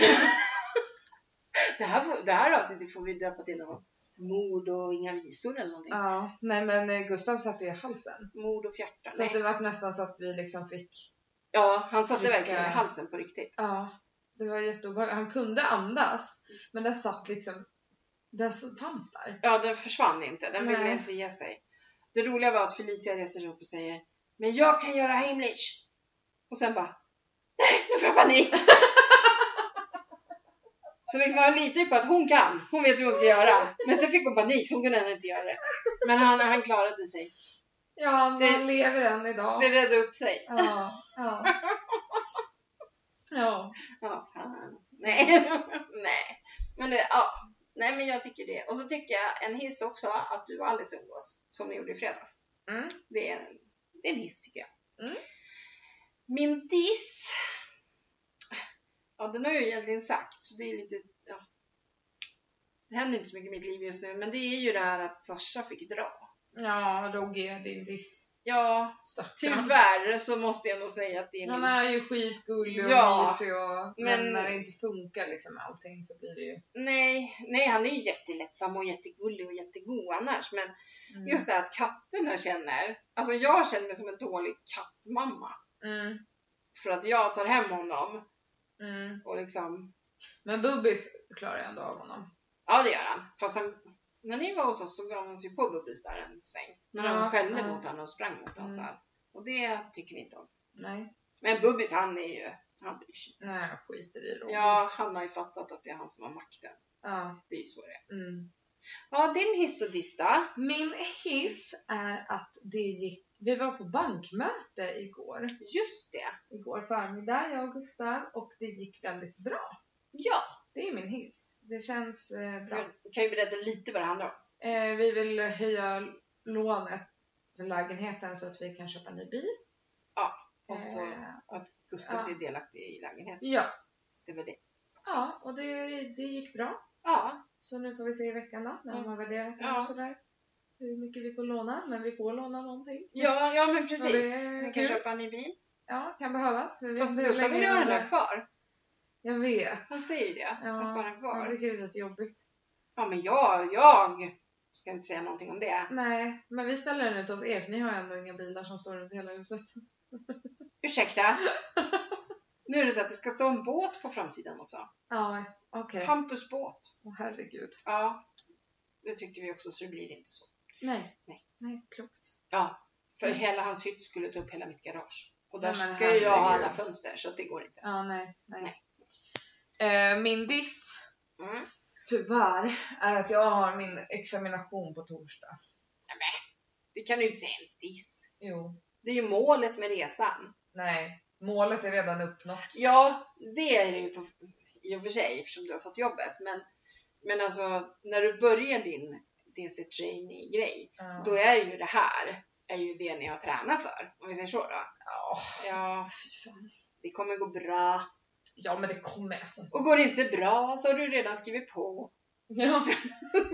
Det här, får- det här avsnittet får vi döpa till något. Mord och inga visor eller någonting.
ja, nej men eh, Gustav satte ju i halsen.
Mord och fjärtar.
Så
Nej.
att det typ, var nästan så att vi liksom fick
Ja, han satte
Trycka.
verkligen i halsen på riktigt.
Ja, det var jätteobehagligt. Han kunde andas, men den satt liksom... Den s- fanns där.
Ja, den försvann inte. Den ville
Nej.
inte ge sig. Det roliga var att Felicia reser sig upp och säger Men jag kan göra Heimlich! Och sen bara Nej, nu får jag panik! så liksom han litar ju på att hon kan. Hon vet hur hon ska göra. Men sen fick hon panik så hon kunde ändå inte göra det. Men han, han klarade sig.
Ja, han
Det-
lever än idag.
Det räddade upp sig.
Ja, ja. ja.
Ja, fan. Nej. Nej. Men det, ja. Nej, men jag tycker det. Och så tycker jag en hiss också att du och Alice umgås, som ni gjorde i fredags.
Mm.
Det, är en, det är en hiss tycker jag.
Mm.
Min diss. Ja, den har jag ju egentligen sagt, så det är lite, ja. Det händer inte så mycket i mitt liv just nu, men det är ju det här att Sasha fick dra.
Ja, Roger, din diss.
Ja, Typ.
Stackarn.
tyvärr så måste jag nog säga att det är
Han
min...
är ju skitgullig och
Ja,
mysig och, men...
men-
när det inte funkar liksom med allting så blir det ju...
Nej, nej, han är ju jättelättsam och jättegullig och jättegod annars. Men
Mm.
just det här att katterna känner... Alltså jag känner mig som en dålig kattmamma.
Mm.
För att jag tar hem honom
Mm.
och liksom...
Men Bubbis klarar ändå av honom.
Ja, det gör han. Fast han... När ni var hos oss så gav han sig på Bubbis där en sväng. När
Ja,
han skällde
ja.
mot honom och sprang mot honom
Mm.
så här. Och det tycker vi inte om.
Nej,
Men Bubbis han är ju... Han bryr sig.
Nej jag skiter i Robin.
Ja, han har ju fattat att det är han som har makten.
Ja.
Det är ju så det är.
Mm.
Ja, din hiss och diss då?
Min hiss är att det gick, vi var på bankmöte igår,
Just det.
igår förmiddag, jag och Gustav, och det gick väldigt bra.
Ja,
Det är min hiss. Det känns eh, bra.
jag kan ju berätta lite vad det handlar om.
Eh, vi vill höja lånet för lägenheten så att vi kan köpa en ny bil.
Ja, alltså- och så-
Eh,
Att Gustav
Ja.
blir delaktig i lägenheten.
ja,
Det var det.
ja och det, det gick bra.
Ja,
Så nu får vi se i veckan då, när de har värderat den
Ja.
och sådär. Hur mycket vi får låna, men vi får låna någonting.
ja, ja men
Ja, det är
precis. Man kan
kul.
köpa en ny bil.
Ja, kan behövas. men vi
Fast
vill
Gustav
lägga
vill ju
in
ha den
det.
där kvar.
Jag vet.
Han säger ju det.
Ja,
Han ska ha den
Jag
kvar.
tycker det är lite jobbigt.
Ja, men jag, jag ska inte säga någonting om det.
Nej, men vi ställer den ut hos er för ni har ändå inga bilar som står runt hela huset.
Ursäkta. Nu är det så att det ska stå en båt på framsidan också.
Ja, okej.
Hampus båt.
Åh herregud.
Ja. Det tyckte vi också, så det blir inte så.
Nej.
Nej.
Nej, klokt.
Ja, för
Mm.
hela hans hytt skulle ta upp hela mitt garage. Och där
Nej, men
ska ju jag ha
herregud.
alla fönster så att det går inte.
Ja, nej. nej. Eh, min diss,
Mm.
tyvärr, är att jag har min examination på torsdag.
Det kan du ju inte säga en diss.
Jo.
Det är ju målet med resan.
Nej. Målet är redan uppnått.
Ja, det är det ju på, i och för sig eftersom du har fått jobbet. Men, men alltså när du börjar din, din sitt trainee-grej,
Ja.
då är ju det här är ju det ni har tränat för. Om vi säger så då.
Ja,
Ja,
fy fan.
det kommer gå bra.
ja, men det kommer alltså.
Och går det inte bra så har du redan skrivit på.
Ja.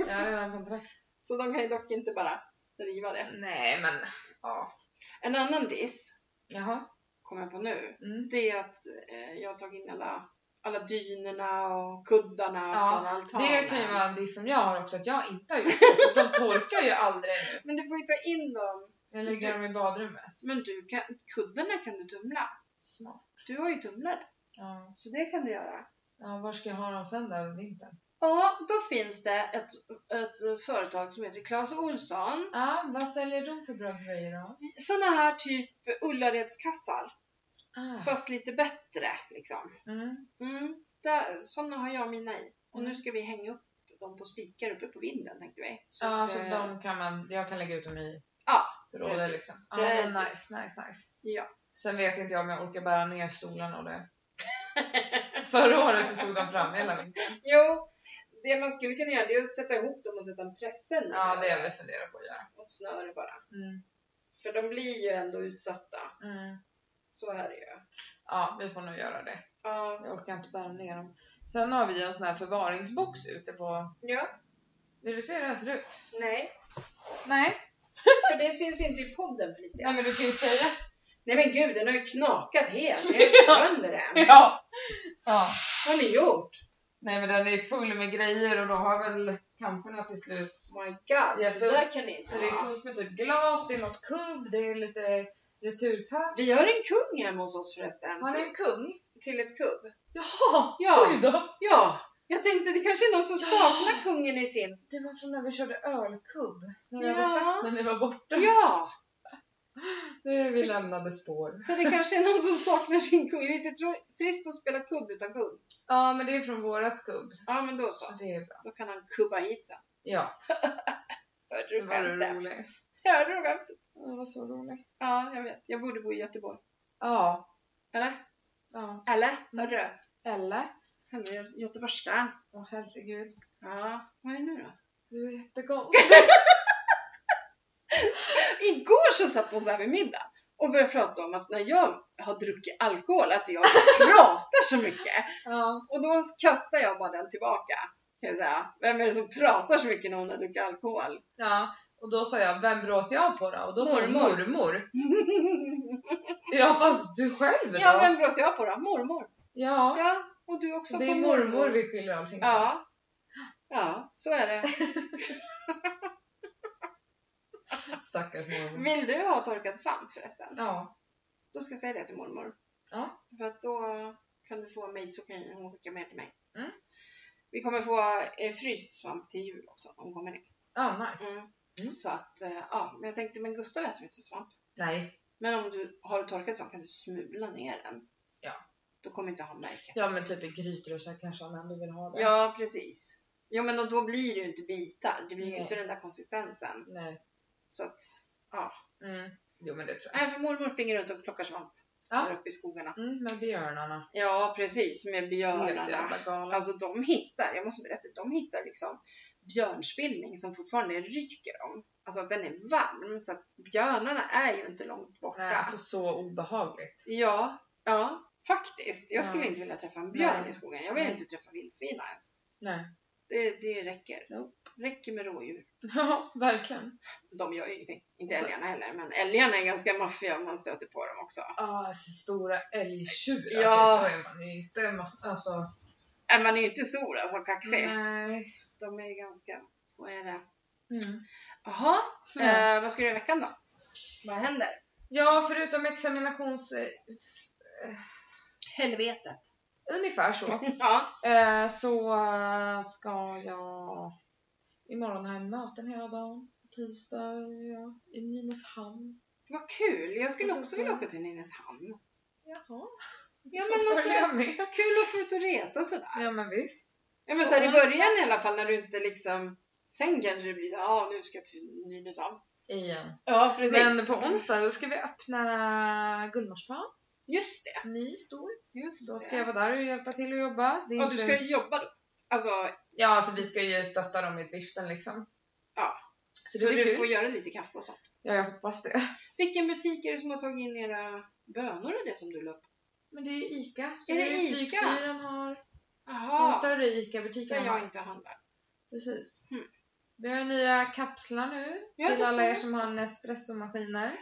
Jag har redan kontrakt.
Så de kan ju dock inte bara riva det.
Nej, men ja.
En annan diss
Jaha.
kommer jag på nu,
Mm.
det är att eh, jag har tagit in alla, alla dynorna och kuddarna
Ja,
från altanen.
Det kan ju vara en diss som jag har också, att jag inte har gjort det. Så de torkar ju aldrig nu.
Men du får ju ta in dem.
Jag lägger dem i badrummet.
Men du kan, kuddarna kan du tumla.
Smart.
Du har ju tumlare,
Ja.
så det kan du göra.
ja, var ska jag ha dem sen då över vintern?
Ja, då finns det ett, ett företag som heter Clas Olsson.
Ja, vad säljer de för bra grejer då?
Såna här typ Ullaredskassar,
Ah.
fast lite bättre liksom.
Mm.
Mm, där, såna har jag mina i. Och nu
Mm.
ska vi hänga upp dem på spikar uppe på vinden tänkte vi. Så
Ja,
att,
så
eh,
de kan man, jag kan lägga ut dem i
Ja,
förrådet
precis.
liksom. Ja, men
Precis.
nice, nice, nice.
Ja.
Sen vet inte jag om jag orkar bära ner stolarna och det. Förra året så stod de fram hela vintern.
Jo, det man skulle kunna göra det är att sätta ihop dem och sätta en pressen
Ja, det har vi funderat på att göra.
och ett snöre bara.
Mm.
För de blir ju ändå utsatta.
Mm.
Så är det ju.
Ja, vi får nog göra det.
Ja,
Jag orkar inte bära ner dem. Sen har vi en sån här förvaringsbox ute på...
ja
Vill du se hur den ser ut?
nej.
Nej.
För det syns ju inte i podden Felicia.
Nej men du kan ju säga.
Nej men gud, den har ju knakat helt. Jag har ju sönder den.
Ja. ja.
Vad har ni gjort?
Nej men den är full med grejer och då har väl kanterna till slut.
Oh My god, så
Jätte-
där kan ni inte
Så det är
ha.
fullt med typ glas, det är något kubb, det är lite returpapper.
Vi har en kung hemma hos oss förresten.
Har ni en kung?
Till ett kubb.
Jaha!
Ja.
Oj då!
Ja, jag tänkte det kanske är någon som
Ja.
saknar kungen i sin...
Det var från när vi körde ölkubb. När vi
Ja.
hade fest när ni var borta.
Ja,
Det- Vi lämnade spår.
så det kanske är någon som saknar sin kung. Det är lite tro- trist att spela kubb utan kung.
Ja men det är från vårat kubb.
Ja, men då så.
Så det är bra.
Då kan han kubba hit sen.
Ja,
Hörde
det
du
var
skämtet?
roligt.
Hörde du skämtet?
Ja, Det var så roligt.
Ja, jag vet. Jag borde bo i Göteborg.
Ja.
Eller?
Ja.
Eller? Hörde du?
Eller?
Henne är göteborgskan.
Åh herregud.
Ja, vad är det nu då?
Du är jättekonstig.
Igår så satt hon så här vid middag och började prata om att när jag har druckit alkohol att jag pratar så mycket.
ja.
Och då kastar jag bara den tillbaka. Kan jag säga. Vem är det som pratar så mycket när hon har druckit alkohol?
ja. Och då sa jag, vem blåser jag på då? Och då sa du
Mormor.
mormor. Ja fast du själv då?
ja, vem blåser jag på då? Mormor.
Ja,
Ja, och du också
det
på
är
mormor.
mormor vi skyller allting på.
Ja. Ja, så är det.
Stackars mormor.
Vill du ha torkad svamp förresten?
Ja,
Då ska jag säga det till mormor.
Ja.
För att då kan du få mig så kan hon skicka med till mig.
Mm.
Vi kommer få eh, fryst svamp till jul också om hon kommer ner.
ah, nice. Mm.
Så att, eh, ja, men jag tänkte, men Gustav äter ju inte svamp.
Nej,
Men om du har torkat svamp kan du smula ner den.
Ja.
Då kommer inte han märka.
ja men typ i grytor och så här kanske han ändå vill ha det.
Ja, precis. Jo, men då, då blir det ju inte bitar. Det blir ju
Nej.
inte den där konsistensen.
Nej.
Så att,
Mm. Jo men det tror jag.
nej, för mormor springer runt och plockar svamp
Ja.
där uppe i skogarna.
Mm, med björnarna.
Ja, precis. Med
Helt
björnarna.
jävla galet.
Alltså de hittar, jag måste berätta, de hittar liksom björnspillning som fortfarande ryker om. Alltså att den är varm, så att björnarna är ju inte långt borta.
Nej, alltså så obehagligt.
Ja, ja, faktiskt. Jag
Ja.
skulle inte vilja träffa en björn
Nej.
i skogen. Jag vill
Nej.
inte träffa vildsvina ens.
Nej.
Det, det räcker.
Nope.
Räcker med rådjur.
Ja, verkligen.
De gör ju ingenting. Inte
Och så-
älgarna heller, men älgarna är ganska maffiga om man stöter på dem också.
Ah, alltså, stora älgtjurar.
Ja.
Typ. Då är man ju inte... ma- Alltså,
Äh, Man är ju inte stor alltså, kaxig.
nej.
De är ju ganska... Så är det.
Mm.
Jaha,
Ja.
eh, vad ska du göra i veckan då? Vad händer?
Ja, förutom examinations... eh,
Helvetet.
Ungefär så.
Ja.
eh, så eh, ska jag... Imorgon har jag möten hela dagen. Tisdag är jag i Nynäshamn.
Vad kul! Jag skulle
Och så
också
ska
vilja
jag-
åka till Nynäshamn.
Jaha.
Ja,
Får
men
följa
alltså,
med.
kul att få ut och resa sådär.
Ja, men visst.
Ja, men så här, i början i alla fall när du inte liksom... Sen kanske det blir ja ah, nu ska jag till Nynäshamn.
Igen.
Ja,
Men på onsdag då ska vi öppna Gullmarsplan.
Just det.
Ny, stor.
Just
Då ska
det.
jag vara där och hjälpa till och jobba. Det är
Och du
inte-
ska ju jobba då? Alltså,
Ja, alltså vi ska ju stötta dem i driften liksom.
så,
det blir
du
kul.
får göra lite kaffe och sånt.
Ja, jag hoppas det.
Vilken butik är det som har tagit in era bönor och det som du la upp?
Men det är ju ICA. Så
Är det
ju
Ica?
Flygfyran har. De
Jaha,
större ICA-butikerna
där jag
har.
inte handlar.
Precis.
Mm.
Vi har nya kapslar nu
Ja,
till
det
alla
ser
er
jag
som
också.
har Nespresso-maskiner.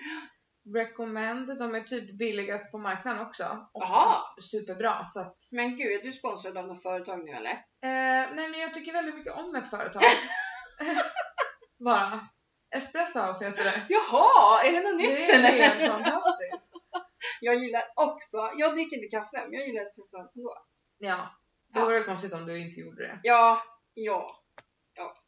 Recommend. De är typ billigast på marknaden också. Och
Jaha.
superbra. Så att,
Men gud, är du sponsrad av något företag nu eller?
eh, nej, men jag tycker väldigt mycket om ett företag. Bara. Espresso House heter det.
Jaha, är det något nytt
Det är
eller?
helt fantastiskt.
Jag gillar också, jag dricker inte kaffe, men jag gillar espresso ändå.
Ja, det
Ja.
vore konstigt om du inte gjorde det.
Ja, ja,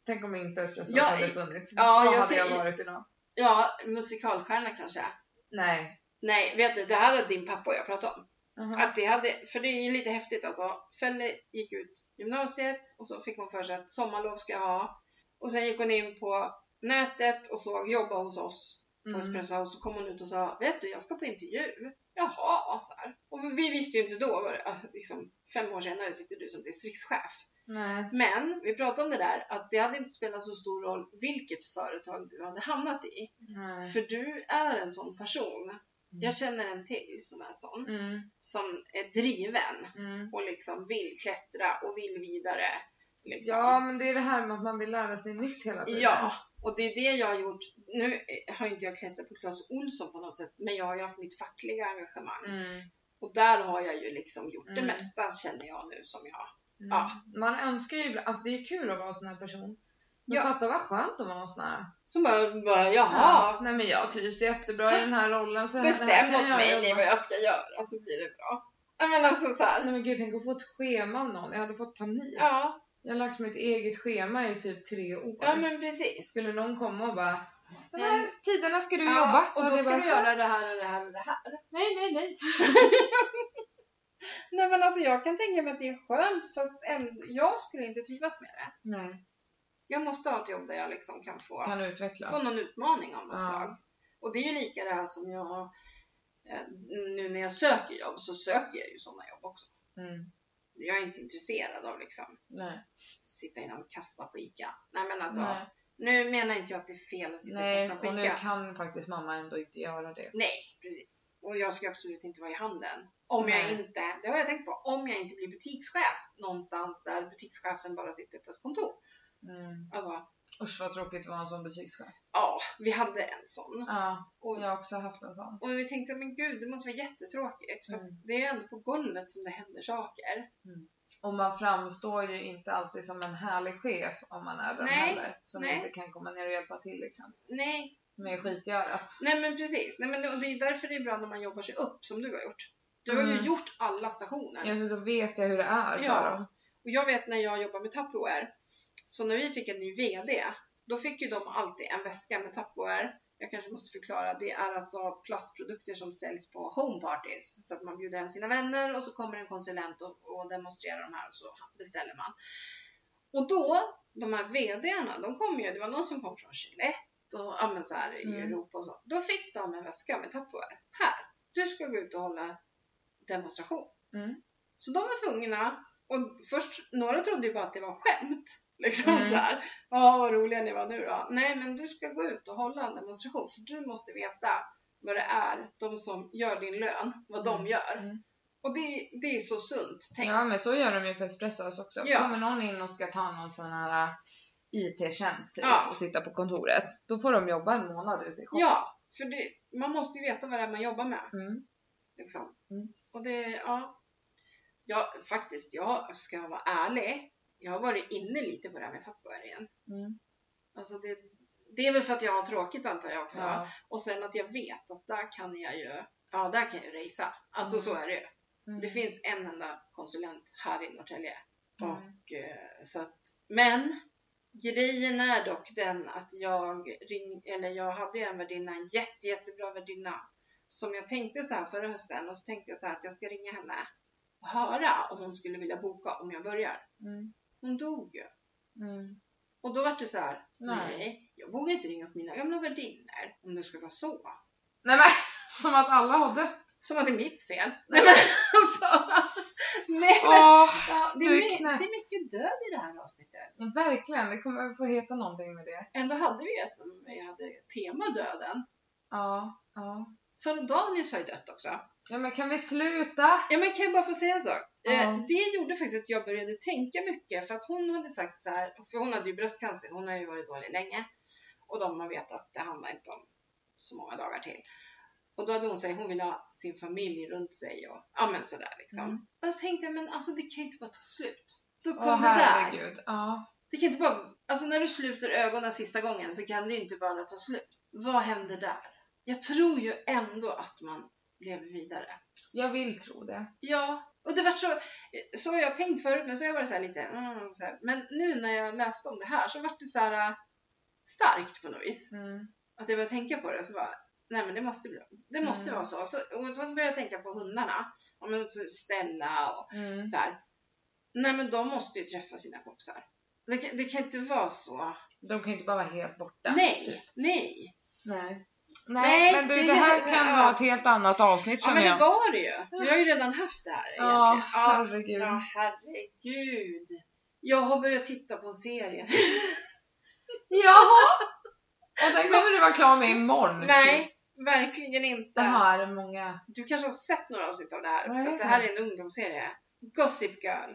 Tänk om inte espresso
Ja,
hade funnits.
ja,
Vad
jag
hade jag
ty-
varit idag?
ja, musikalstjärna kanske.
Nej.
Nej, vet du, det här har din pappa och jag pratat om.
Jaha.
Att det hade, för det är ju lite häftigt alltså. Felle gick ut gymnasiet och så fick hon för sig att sommarlov ska jag ha. Och sen gick hon in på nätet och såg jobba hos oss på
Mm.
Espresso House. Så kom hon ut och sa, vet du jag ska på intervju. Jaha, så här. Och vi visste ju inte då, vad det- att liksom, fem år senare sitter du som distriktschef.
Nej.
Men vi pratade om det där, att det hade inte spelat så stor roll vilket företag du hade hamnat i.
Nej.
För du är en sån person. Jag känner en till som är sån.
Mm.
Som är driven
Mm.
och liksom vill klättra och vill vidare. Liksom.
Ja, men det är det här med att man vill lära sig nytt hela tiden.
Ja, och det är det jag har gjort. Nu har inte jag klättrat på Clas Ohlson på något sätt, men jag har ju haft mitt fackliga engagemang.
Mm. Mm.
Och där har jag ju liksom gjort
Mm.
det mesta känner jag nu som jag. Ja.
Man önskar ju ibland- alltså det är kul att vara en sån här person. Men
Ja.
fatta vad skönt att vara en sån här.
Som bara, bara
Ja.
jaha,
Nej men jag trivs jättebra i den här rollen. Så här- det här
bestäm
kan
åt
jag
mig
jobba
nu vad jag ska göra så blir det bra. Ja, Men alltså så här,
Nej men gud, tänk att få ett schema av någon. Jag hade fått panik.
ja,
Jag har lagt mitt eget schema i typ tre år.
ja men precis.
Skulle någon komma och bara De här
Nej.
tiderna ska du
Ja,
jobba.
och då
det
ska
bara,
du göra det här och det här och det här.
Nej, nej, nej.
Nej men alltså jag kan tänka mig att det är skönt fast ändå, jag skulle inte trivas med det.
Nej,
Jag måste ha ett jobb där jag liksom kan få
kan utvecklas.
få någon utmaning av något
Ja.
slag. Och det är ju lika det här som jag, eh, nu när jag söker jobb så söker jag ju sådana jobb också.
Mm.
Jag är inte intresserad av liksom
Nej.
sitta inom kassa på ICA. Nej men alltså,
nej.
nu menar inte jag att det är fel typ att sitta i
nej,
kassa på
och nu
ICA.
kan faktiskt mamma ändå inte göra det.
Nej, precis. Och jag ska absolut inte vara i handeln. Om jag
Nej.
inte, det har jag tänkt på, om jag inte blir butikschef någonstans där butikschefen bara sitter på ett kontor.
Mm.
Alltså,
Usch vad tråkigt att vara en sån butikschef.
ja, vi hade en sån.
Ja,
Och,
jag har också haft en sån.
och vi tänkte så här, men gud, det måste vara jättetråkigt. För
Mm.
att det är ju ändå på golvet som det händer saker.
Och man framstår ju inte alltid som en härlig chef om man är den
Nej,
heller. Som
nej. Mm.
inte kan komma ner och hjälpa till liksom.
Nej,
Med skitgörat.
nej men precis. Nej, men det, och det är därför det är bra när man jobbar sig upp som du har gjort. Du har ju
Mm.
gjort alla stationer.
Ja, så då vet jag hur det är
Ja.
för dem.
Och jag vet när jag jobbade med Tupperware, så när vi fick en ny VD, då fick ju de alltid en väska med Tupperware. Jag kanske måste förklara, det är alltså plastprodukter som säljs på homeparties. Så att man bjuder hem sina vänner och så kommer en konsulent och, och demonstrerar de här och så beställer man. Och då, de här VDarna, de kom ju, det var någon som kom från Gillette och ja, men så här, i
Mm.
Europa och så. Då fick de en väska med Tupperware. Här, du ska gå ut och hålla demonstration.
Mm.
Så de var tvungna och först, några trodde ju bara att det var skämt. Liksom
Mm.
så här. Ja, vad roliga ni var nu då. Nej, men du ska gå ut och hålla en demonstration för du måste veta vad det är, de som gör din lön, vad de
Mm.
gör.
Mm.
Och det, det är så sunt tänkt.
Ja, men så gör de ju på Espressos också.
Ja.
Kommer någon in och ska ta någon sån här IT-tjänst typ,
Ja.
och sitta på kontoret, då får de jobba en månad ute i shoppen.
Ja, för det, man måste ju veta vad det är man jobbar med.
Mm.
Liksom.
Mm.
Och det, ja. ja. Faktiskt, jag ska vara ärlig. Jag har varit inne lite på det här med Tupperware igen.
Mm.
Alltså det, det är väl för att jag har tråkigt antar jag också.
Ja.
Och sen att jag vet att där kan jag ju, ja där kan jag ju racea. Alltså
Mm.
så är det ju.
Mm.
Det finns en enda konsulent här i Norrtälje.
Mm.
Och, eh, så att, men grejen är dock den att jag ring, eller jag hade ju en värdinna, en jätte, jättebra värdinna. Som jag tänkte så här förra hösten och så tänkte jag så här att jag ska ringa henne och höra om hon skulle vilja boka om jag börjar.
Mm.
Hon dog ju.
Mm.
Och då var det så här,
Nej.
nej, jag vågar inte ringa upp mina gamla värdinnor om det ska vara så.
Nej men, som att alla har dött.
Som att det är mitt fel. Nej men alltså. Nej men.
Åh,
Ja, det, är
du är
my-
knäpp.
det är mycket död i det här avsnittet.
men verkligen, det kommer få heta någonting med det.
Ändå hade vi ett som vi hade tema döden.
Ja, ja.
Så Danius har ju dött också.
Ja men kan vi sluta?
Ja men kan jag bara få säga en sak? Eh,
Ja.
Det gjorde faktiskt att jag började tänka mycket för att hon hade sagt så här, för hon hade ju bröstcancer, hon har ju varit dålig länge och de har vetat att det handlar inte om så många dagar till. Och då hade hon sagt hon vill ha sin familj runt sig och ja men sådär liksom.
Mm.
Och då tänkte jag men alltså det kan ju inte bara ta slut. Då kom
Åh
det där.
herregud. Ja.
Det kan inte bara, alltså när du sluter ögonen sista gången så kan det ju inte bara ta slut. Vad hände där? Jag tror ju ändå att man lever vidare.
Jag vill tro det.
Ja, och det var så, så har jag tänkt förut men så har jag varit så här lite, mm, så här. men nu när jag läste om det här så vart det så här äh, starkt på något vis.
Mm.
Att jag började tänka på det så bara, nej men det måste bli, det måste
Mm.
vara så. så. Och så började jag tänka på hundarna, ja men så Stella och
Mm.
så här. Nej men de måste ju träffa sina kompisar. Det kan, det kan inte vara så.
De kan ju inte bara vara helt borta.
Nej, nej.
Nej. Nej,
Nej,
men du,
det
det,
är
här
jätte-
kan
ja.
vara ett helt annat avsnitt
Ja
känner
men det
jag.
var det ju. Vi har ju redan haft det här
Ja,
egentligen. Ja,
herregud.
ja herregud. Jag har börjat titta på en serie.
Jaha! Och den kommer du vara klar med imorgon. typ.
Nej, verkligen inte.
Det här är många.
Du kanske har sett några avsnitt av det här,
Vad
för
är
att det
det?
här är en ungdomsserie. Gossip Girl.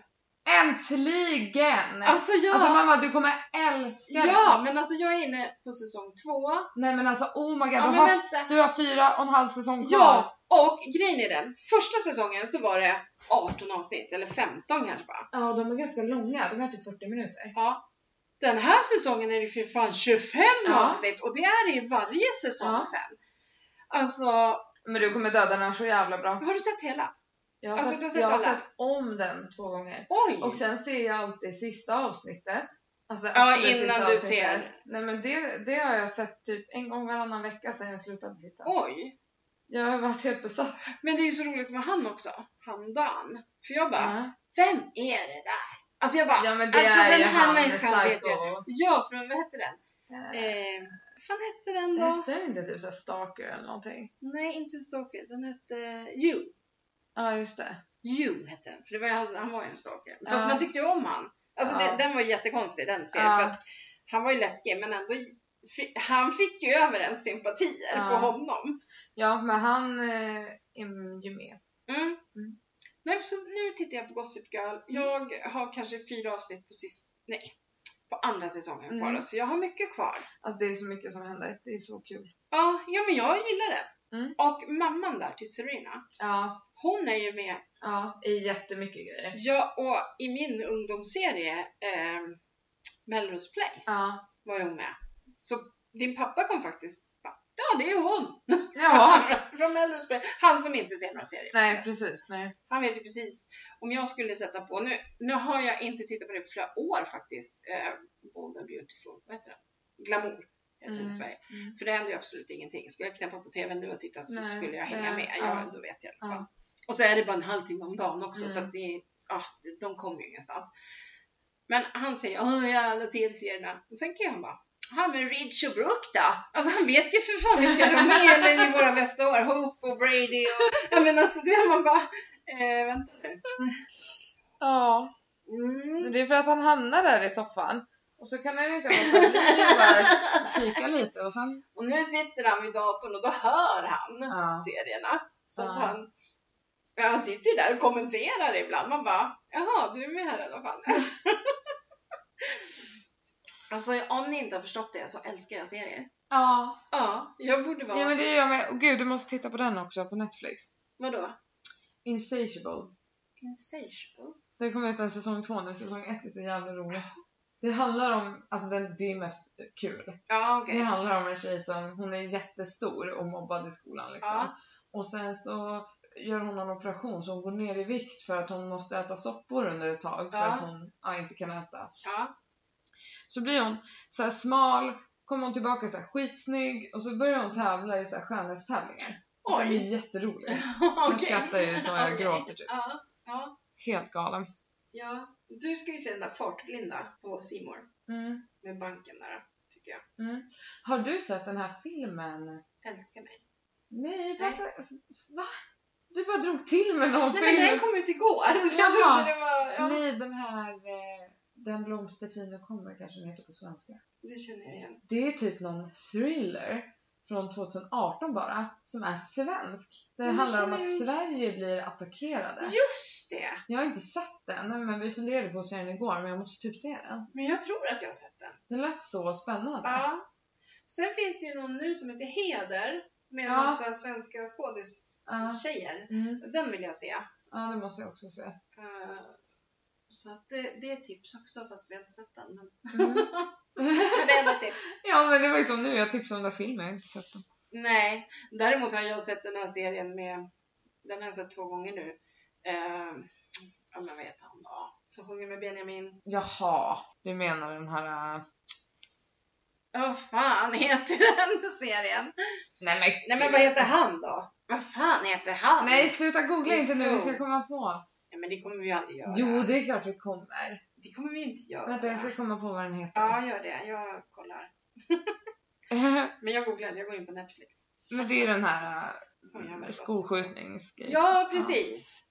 Äntligen! Alltså,
Alltså jag...
mamma, du kommer älska det.
ja, men alltså jag är inne på säsong två.
Nej men alltså oh my god,
Ja,
du,
men
har,
vänta.
du har fyra och en halv säsong kvar.
Ja, och grejen är den, första säsongen så var det 18 avsnitt, eller 15 kanske bara.
ja, de är ganska långa, de är typ 40 minuter.
Ja. Den här säsongen är det för fan 25
Ja.
avsnitt och det är det i varje säsong
Ja.
sen. Alltså,
Men du kommer döda den så jävla bra.
har du sett hela?
Jag har,
Alltså,
sett,
du har sett
jag har
alla?
sett om den två gånger.
Oj!
Och sen ser jag alltid sista avsnittet. Alltså det
Ja,
absolut
innan
sista
du
avsnittet.
ser.
Nej men det, det har jag sett typ en gång varannan vecka sedan jag slutade titta.
Oj!
Jag har varit helt besatt.
Men det är ju så roligt med han också, han Dan. För jag bara,
Ja.
Vem är det där? Alltså jag bara,
Ja men det
alltså
är
den
ju
här
han
människan vet jag.
psycho.
ja för vad hette den?
Eh,
Eh, vad fan hette den då?
Hette den inte typ såhär stalker eller någonting?
Nej, inte Stalker, den hette You.
Ja just det.
You hette den, för det var, ju han- han var ju en stalker. Fast
Ja.
man tyckte ju om han. Alltså
Ja.
det, den var ju jättekonstig den serien,
Ja.
för att han var ju läskig men ändå fi- han fick ju över ens sympatier
Ja.
på honom.
Ja men han eh, är ju med.
Mm.
Mm.
Nej, så nu tittar jag på Gossip Girl. Jag har kanske fyra avsnitt på sist... Nej, på andra säsongen kvar
Mm.
då, så jag har mycket kvar.
Alltså det är så mycket som händer. Det är så kul.
Ja, ja men jag gillar den.
Mm.
Och mamman där till Serena,
Ja,
hon är ju med
ja. Det är jättemycket grejer.
Ja, och i min ungdomsserie eh, Melrose Place
Ja.
var jag med. Så din pappa kom faktiskt bara, Ja, det är ju hon!
Ja.
Från Melrose Place. Han som inte ser några serier.
Nej, precis. Nej.
Han vet ju precis. Om jag skulle sätta på, nu, nu har jag inte tittat på det på flera år faktiskt, eh, Bold and Beautiful, vad heter den? Glamour heter den i
Mm.
Sverige.
Mm.
För det händer ju absolut ingenting. Skulle jag knäppa på TV nu och titta så
Nej,
skulle jag hänga
nej,
med. Ja,
ja.
då vet jag liksom. Och så är det bara en halvtimme om dagen också så
Mm.
att det, ah, de kommer ju ingenstans. Men han säger åh jävla tv-serierna. Och sen kan han bara han med Ridge och Brooke då? Alltså han vet ju för fan vilka de är eller i våra bästa år. Hope och Brady och... Jag menar alltså det man bara... Eh, vänta nu.
Ja.
Mm.
Men det är för att han hamnar där i soffan. Och så kan han inte låta bli att bara kika lite och sen...
Och nu sitter han vid datorn och då hör han
Ja.
serierna. Så att
Ja.
han, ja, han sitter ju där och kommenterar ibland. Man bara, jaha, du är med här i alla fall. alltså om ni inte har förstått det så älskar jag serier.
Ja.
Ja, jag borde vara,
Ja men det gör jag med. Och gud, du måste titta på den också på Netflix.
vadå?
Insatiable.
Insatiable?
Det kommer ut en säsong två nu, säsong ett är så jävla rolig. Det handlar om, alltså den, det är mest kul.
Ja, okej.
Det handlar om en tjej som, hon är jättestor och mobbad i skolan liksom.
Ja.
Och sen så gör hon en operation så hon går ner i vikt för att hon måste äta soppor under ett tag för
Ja.
att hon ja, inte kan äta.
Ja.
Så blir hon så här smal, kommer hon tillbaka så här skitsnygg och så börjar hon tävla i så här skönhetstävlingar. Och Den är
Oj!
jätterolig.
Okej.
Jag skrattar ju så jag
Okej.
gråter typ.
Ja, ja,
Helt galen.
ja. Du ska ju se den där fartblinda på C More
Mm.
med banken där, tycker jag.
Har du sett den här filmen?
Älskar mig.
Nej,
Nej.
varför? Va? Du bara drog till med någon
Nej
film.
men den kom ut igår så jag
Jaha.
trodde det var, ja.
Nej, den här eh, Den blomstertid nu kommer kanske den heter på svenska.
Det känner jag igen.
Det är typ någon thriller från 2018 bara, som är svensk. Där det
Men det
handlar om
känner
att
jag-
Sverige blir attackerade.
Just det!
Jag har inte sett den, men vi funderade på att se den igår, men jag måste typ se den.
Men jag tror att jag har sett den.
Den lät så spännande.
Ja. Sen finns det ju någon nu som heter Heder med en
Ja.
massa svenska skådistjejer.
Mm.
Den vill jag se.
ja, det måste jag också se.
Eh, Så att det, det är ett tips också fast vi har inte sett den. Men
Mm.
men det är ändå ett tips.
ja, men det var ju som nu, jag tipsade om den där filmen, jag har inte sett den.
Nej, däremot har jag sett den här serien med, den har jag sett två gånger nu. Eh, ja men vad heter han då? Som sjunger med Benjamin.
Jaha, du menar den här... äh,
Vad fan heter den serien?
Nej men,
Nej men vad heter han då? Vad fan heter han?
Nej, sluta googla inte nu, vi ska
Ifrån.
komma på.
Nej, men det kommer vi aldrig göra.
Jo, det är klart vi kommer.
Det kommer vi inte göra.
Vänta, jag ska komma på vad den heter.
Ja, gör det. Jag kollar. Men jag googlade, jag går in på Netflix.
men det är den här
Oj, jag
äh,
vet
skoskjutningsgrejen.
Ja, precis.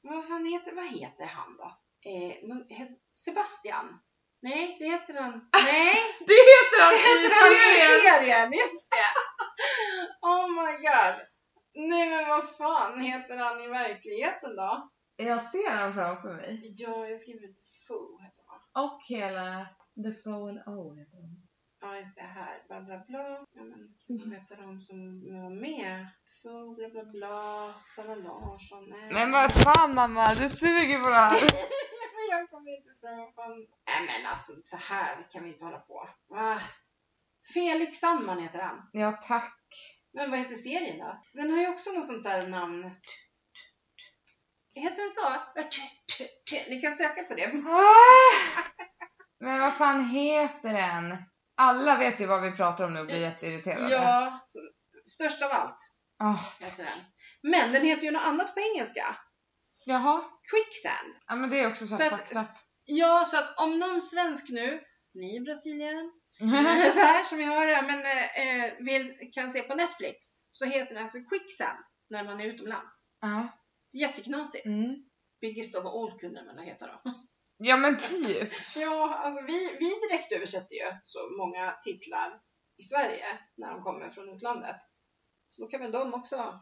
Vad fan heter, vad heter han då? Eh, men he- Sebastian? Nej, det heter han. Nej,
Det heter han
det
i
heter han i
serien!
serien! Just det! Oh my god. Nej men vad fan heter han i verkligheten då?
Jag ser den framför mig.
Ja, jag skriver Foo heter han va?
Och hela The Phone O heter den.
Ja, just det här. Bla, bla, bla. Ja, men, vad heter de som var med? Så, bla, bla, bla. Sara Larsson. Nej.
Men vad fan mamma, du suger på det här.
Men jag kommer inte fram. Fan. Nej, men alltså så här kan vi inte hålla på. Va? Felix Sandman heter han.
Ja, tack.
Men vad heter serien då? Den har ju också något sånt där namn. Heter den så? Ni kan söka på det.
Ah! Men vad fan heter den? Alla vet ju vad vi pratar om nu och blir jätteirriterade.
Ja, så- Störst av allt
Ah,
heter den. Men den heter ju något annat på engelska.
jaha.
Quicksand.
Ja men det är också så här
Så att-
fucked up.
Ja, så att om någon svensk nu, ni i Brasilien, så här som jag har det, men eh, eh, vill, kan se på Netflix, så heter det alltså Quicksand när man är utomlands.
Ja.
Det är jätteknasigt.
Mm.
Biggest of all kunde man heta då.
Ja men typ.
Ja, alltså vi, vi direkt översätter ju så många titlar i Sverige när de kommer från utlandet. Så då kan väl de också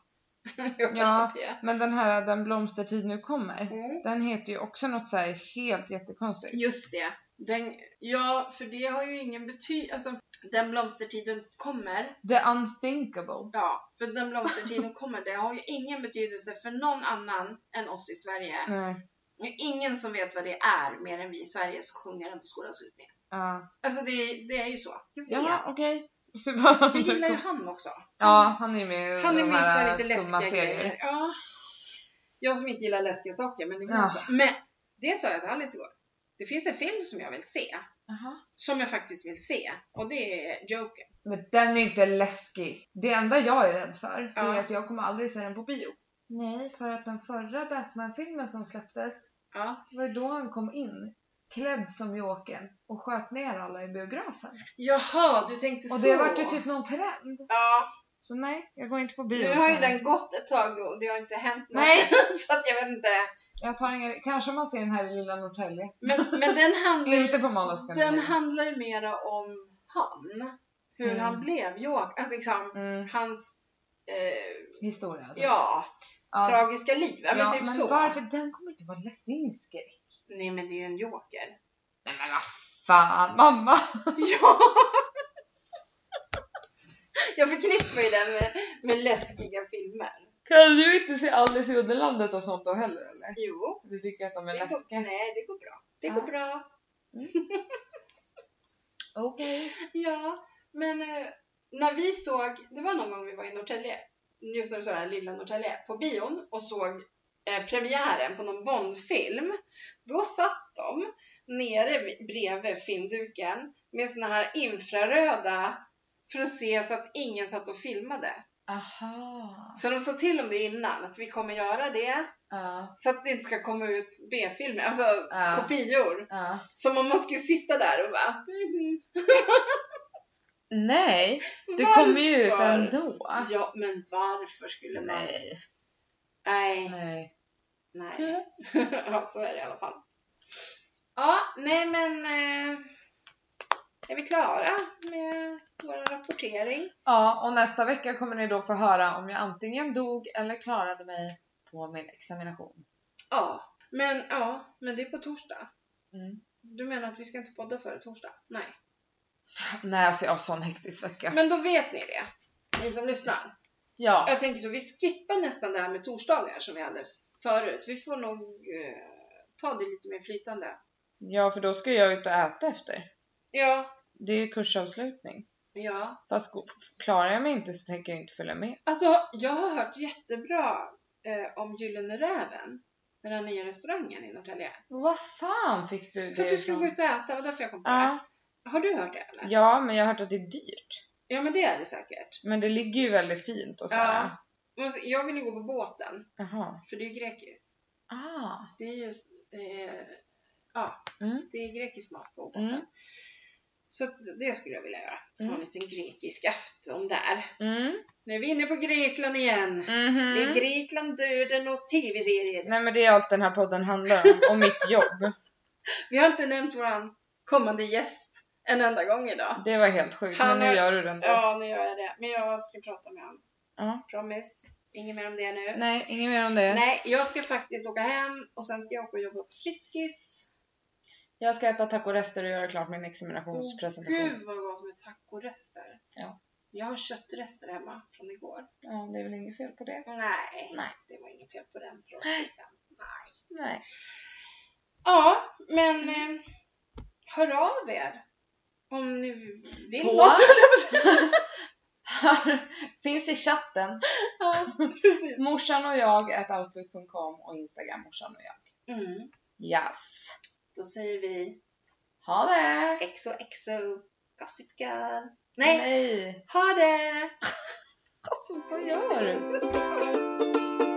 göra
Ja.
det.
Men den här Den blomstertid nu kommer.
Mm.
Den heter ju också något så här helt jättekonstigt.
Just det. Den, ja, för det har ju ingen betydelse. Alltså, den blomstertiden kommer.
The unthinkable.
Ja, för den blomstertiden kommer. Det har ju ingen betydelse för någon annan än oss i Sverige.
Nej.
Det är ingen som vet vad det är mer än vi i Sverige som sjunger den på skolavslutningen.
Ja.
Alltså det, det är ju så. Jag vet.
Jaha, okej. Så
Jag gillar ju
bara-
han också.
Ja, han är ju med i
Han är
de
med i så
här
här lite
skumma
läskiga
serier.
grejer. Ja. Jag som inte gillar läskiga saker, men det
Ja.
finns så. Men det sa jag till Alice igår. Det finns en film som jag vill se.
Jaha.
Som jag faktiskt vill se. Och det är Joker.
Men den är ju inte läskig. Det enda jag är rädd för
Ja.
är att jag kommer aldrig se den på bio. Nej, för att den förra Batman-filmen som släpptes
Ja.
Det var ju då han kom in, klädd som Jokern och sköt ner alla i biografen.
Jaha, du tänkte
Och
så.
det vart ju typ någon trend.
Ja,
Så nej, jag går inte på bio.
nu har ju
sen.
den gått ett tag och det har inte hänt något.
Nej,
Så att jag vet inte.
jag tar ingen... Kanske man ser den här i lilla Norrtälje.
Men, men den handlar ju
Inte på Malåskan.
Den handlar ju mera om han. Hur
Mm.
han blev Joker. Alltså liksom
Mm,
hans, eh,
historia. alltså.
ja,
Ja.
tragiska liv. Ja, men
Ja,
typ
men
så.
varför? Den kommer inte vara läskig. Det är ingen skräck.
Nej men det är ju en Joker.
Nej men vad fan, mamma!
ja! Jag förknippar ju den med, med läskiga filmer.
Kan du inte se Alice i Underlandet och sånt då heller eller?
Jo,
Du tycker att de är
det går,
läskiga?
nej det går bra. Det
Ja.
går bra.
Okej.
Ja, men eh, när vi såg, det var någon gång vi var i Norrtälje, just när du sa den här lilla Norrtälje, på bion och såg eh, premiären på någon Bondfilm, då satt de nere vid- bredvid filmduken med såna här infraröda för att se så att ingen satt och filmade.
Aha.
Så de sa till om det innan, att vi kommer göra det,
Ja.
så att det inte ska komma ut B-filmer, alltså
Ja.
kopior.
Ja.
Så man måste ju sitta där och bara "Mhm,
Nej. Det
"Varför?"
kommer ju ut
Varför?
ändå.
Ja, men varför skulle man
Nej.
Nej,
Nej.
nej. ja, så är det i alla fall. Ja, nej men eh, är vi klara med vår rapportering?
Ja, och nästa vecka kommer ni då få höra om jag antingen dog eller klarade mig på min examination.
Ja, men ja, men det är på torsdag.
Mm.
Du menar att vi ska inte podda före torsdag? Nej.
Nej, alltså jag har sån hektisk vecka.
Men då vet ni det, ni som lyssnar.
Ja,
Jag tänker så, vi skippar nästan det här med torsdagar som vi hade förut. Vi får nog eh, ta det lite mer flytande.
ja för då ska jag ut och äta efter.
Ja,
Det är kursavslutning.
ja.
Fast go- klarar jag mig inte så tänker jag inte följa med.
Alltså, jag har hört jättebra eh, om Gyllene Räven, den här nya restaurangen i Norrtälje.
Vad fan fick du
För
det
att du skulle
ifrån?
gå ut och äta, var därför jag kom på det.
ja.
Har du hört det eller?
ja, men jag har hört att det är dyrt.
Ja, men det är det säkert.
Men det ligger ju väldigt fint och så här.
Men så- Jag vill ju gå på båten,
Jaha.
för det är ju grekiskt.
Ah.
Det är ju... Eh, ja,
Mm.
det är grekisk mat på båten.
Mm.
Så att det skulle jag vilja göra. Ta
Mm.
en liten grekisk afton där.
Mm.
Nu är vi inne på Grekland igen.
Mhm.
Det är Grekland, döden och tv-serier.
Nej men det är allt den här podden handlar om, och mitt jobb.
Vi har inte nämnt våran kommande gäst en enda gång idag.
Det var helt sjukt,
Han
men nu
har-
gör du den då.
Ja, nu gör jag det. Men jag ska prata med honom.
Ja.
Promise. Inget mer om det nu. Nej.
Nej, inget mer om det.
jag ska faktiskt åka hem och sen ska jag åka och jobba på Friskis.
Jag ska äta tacorester och göra klart min examinationspresentation.
Gud vad gott med tacorester.
Ja.
Jag har köttrester hemma från igår.
Ja, det är väl inget fel på det.
Nej,
Nej.
det var inget fel på den roastbiffen. Nej.
Nej.
Ja, men eh, hör av er om ni vill
På-
något.
Finns i chatten.
Ja, precis.
Morsan och jag, at outlook.com och Instagram morsan och jag.
Mm,
Yes.
då säger vi
Ha det!
XOXO Gossip Girl. Nej,
Nej.
Ha det! Alltså,
Vad gör du?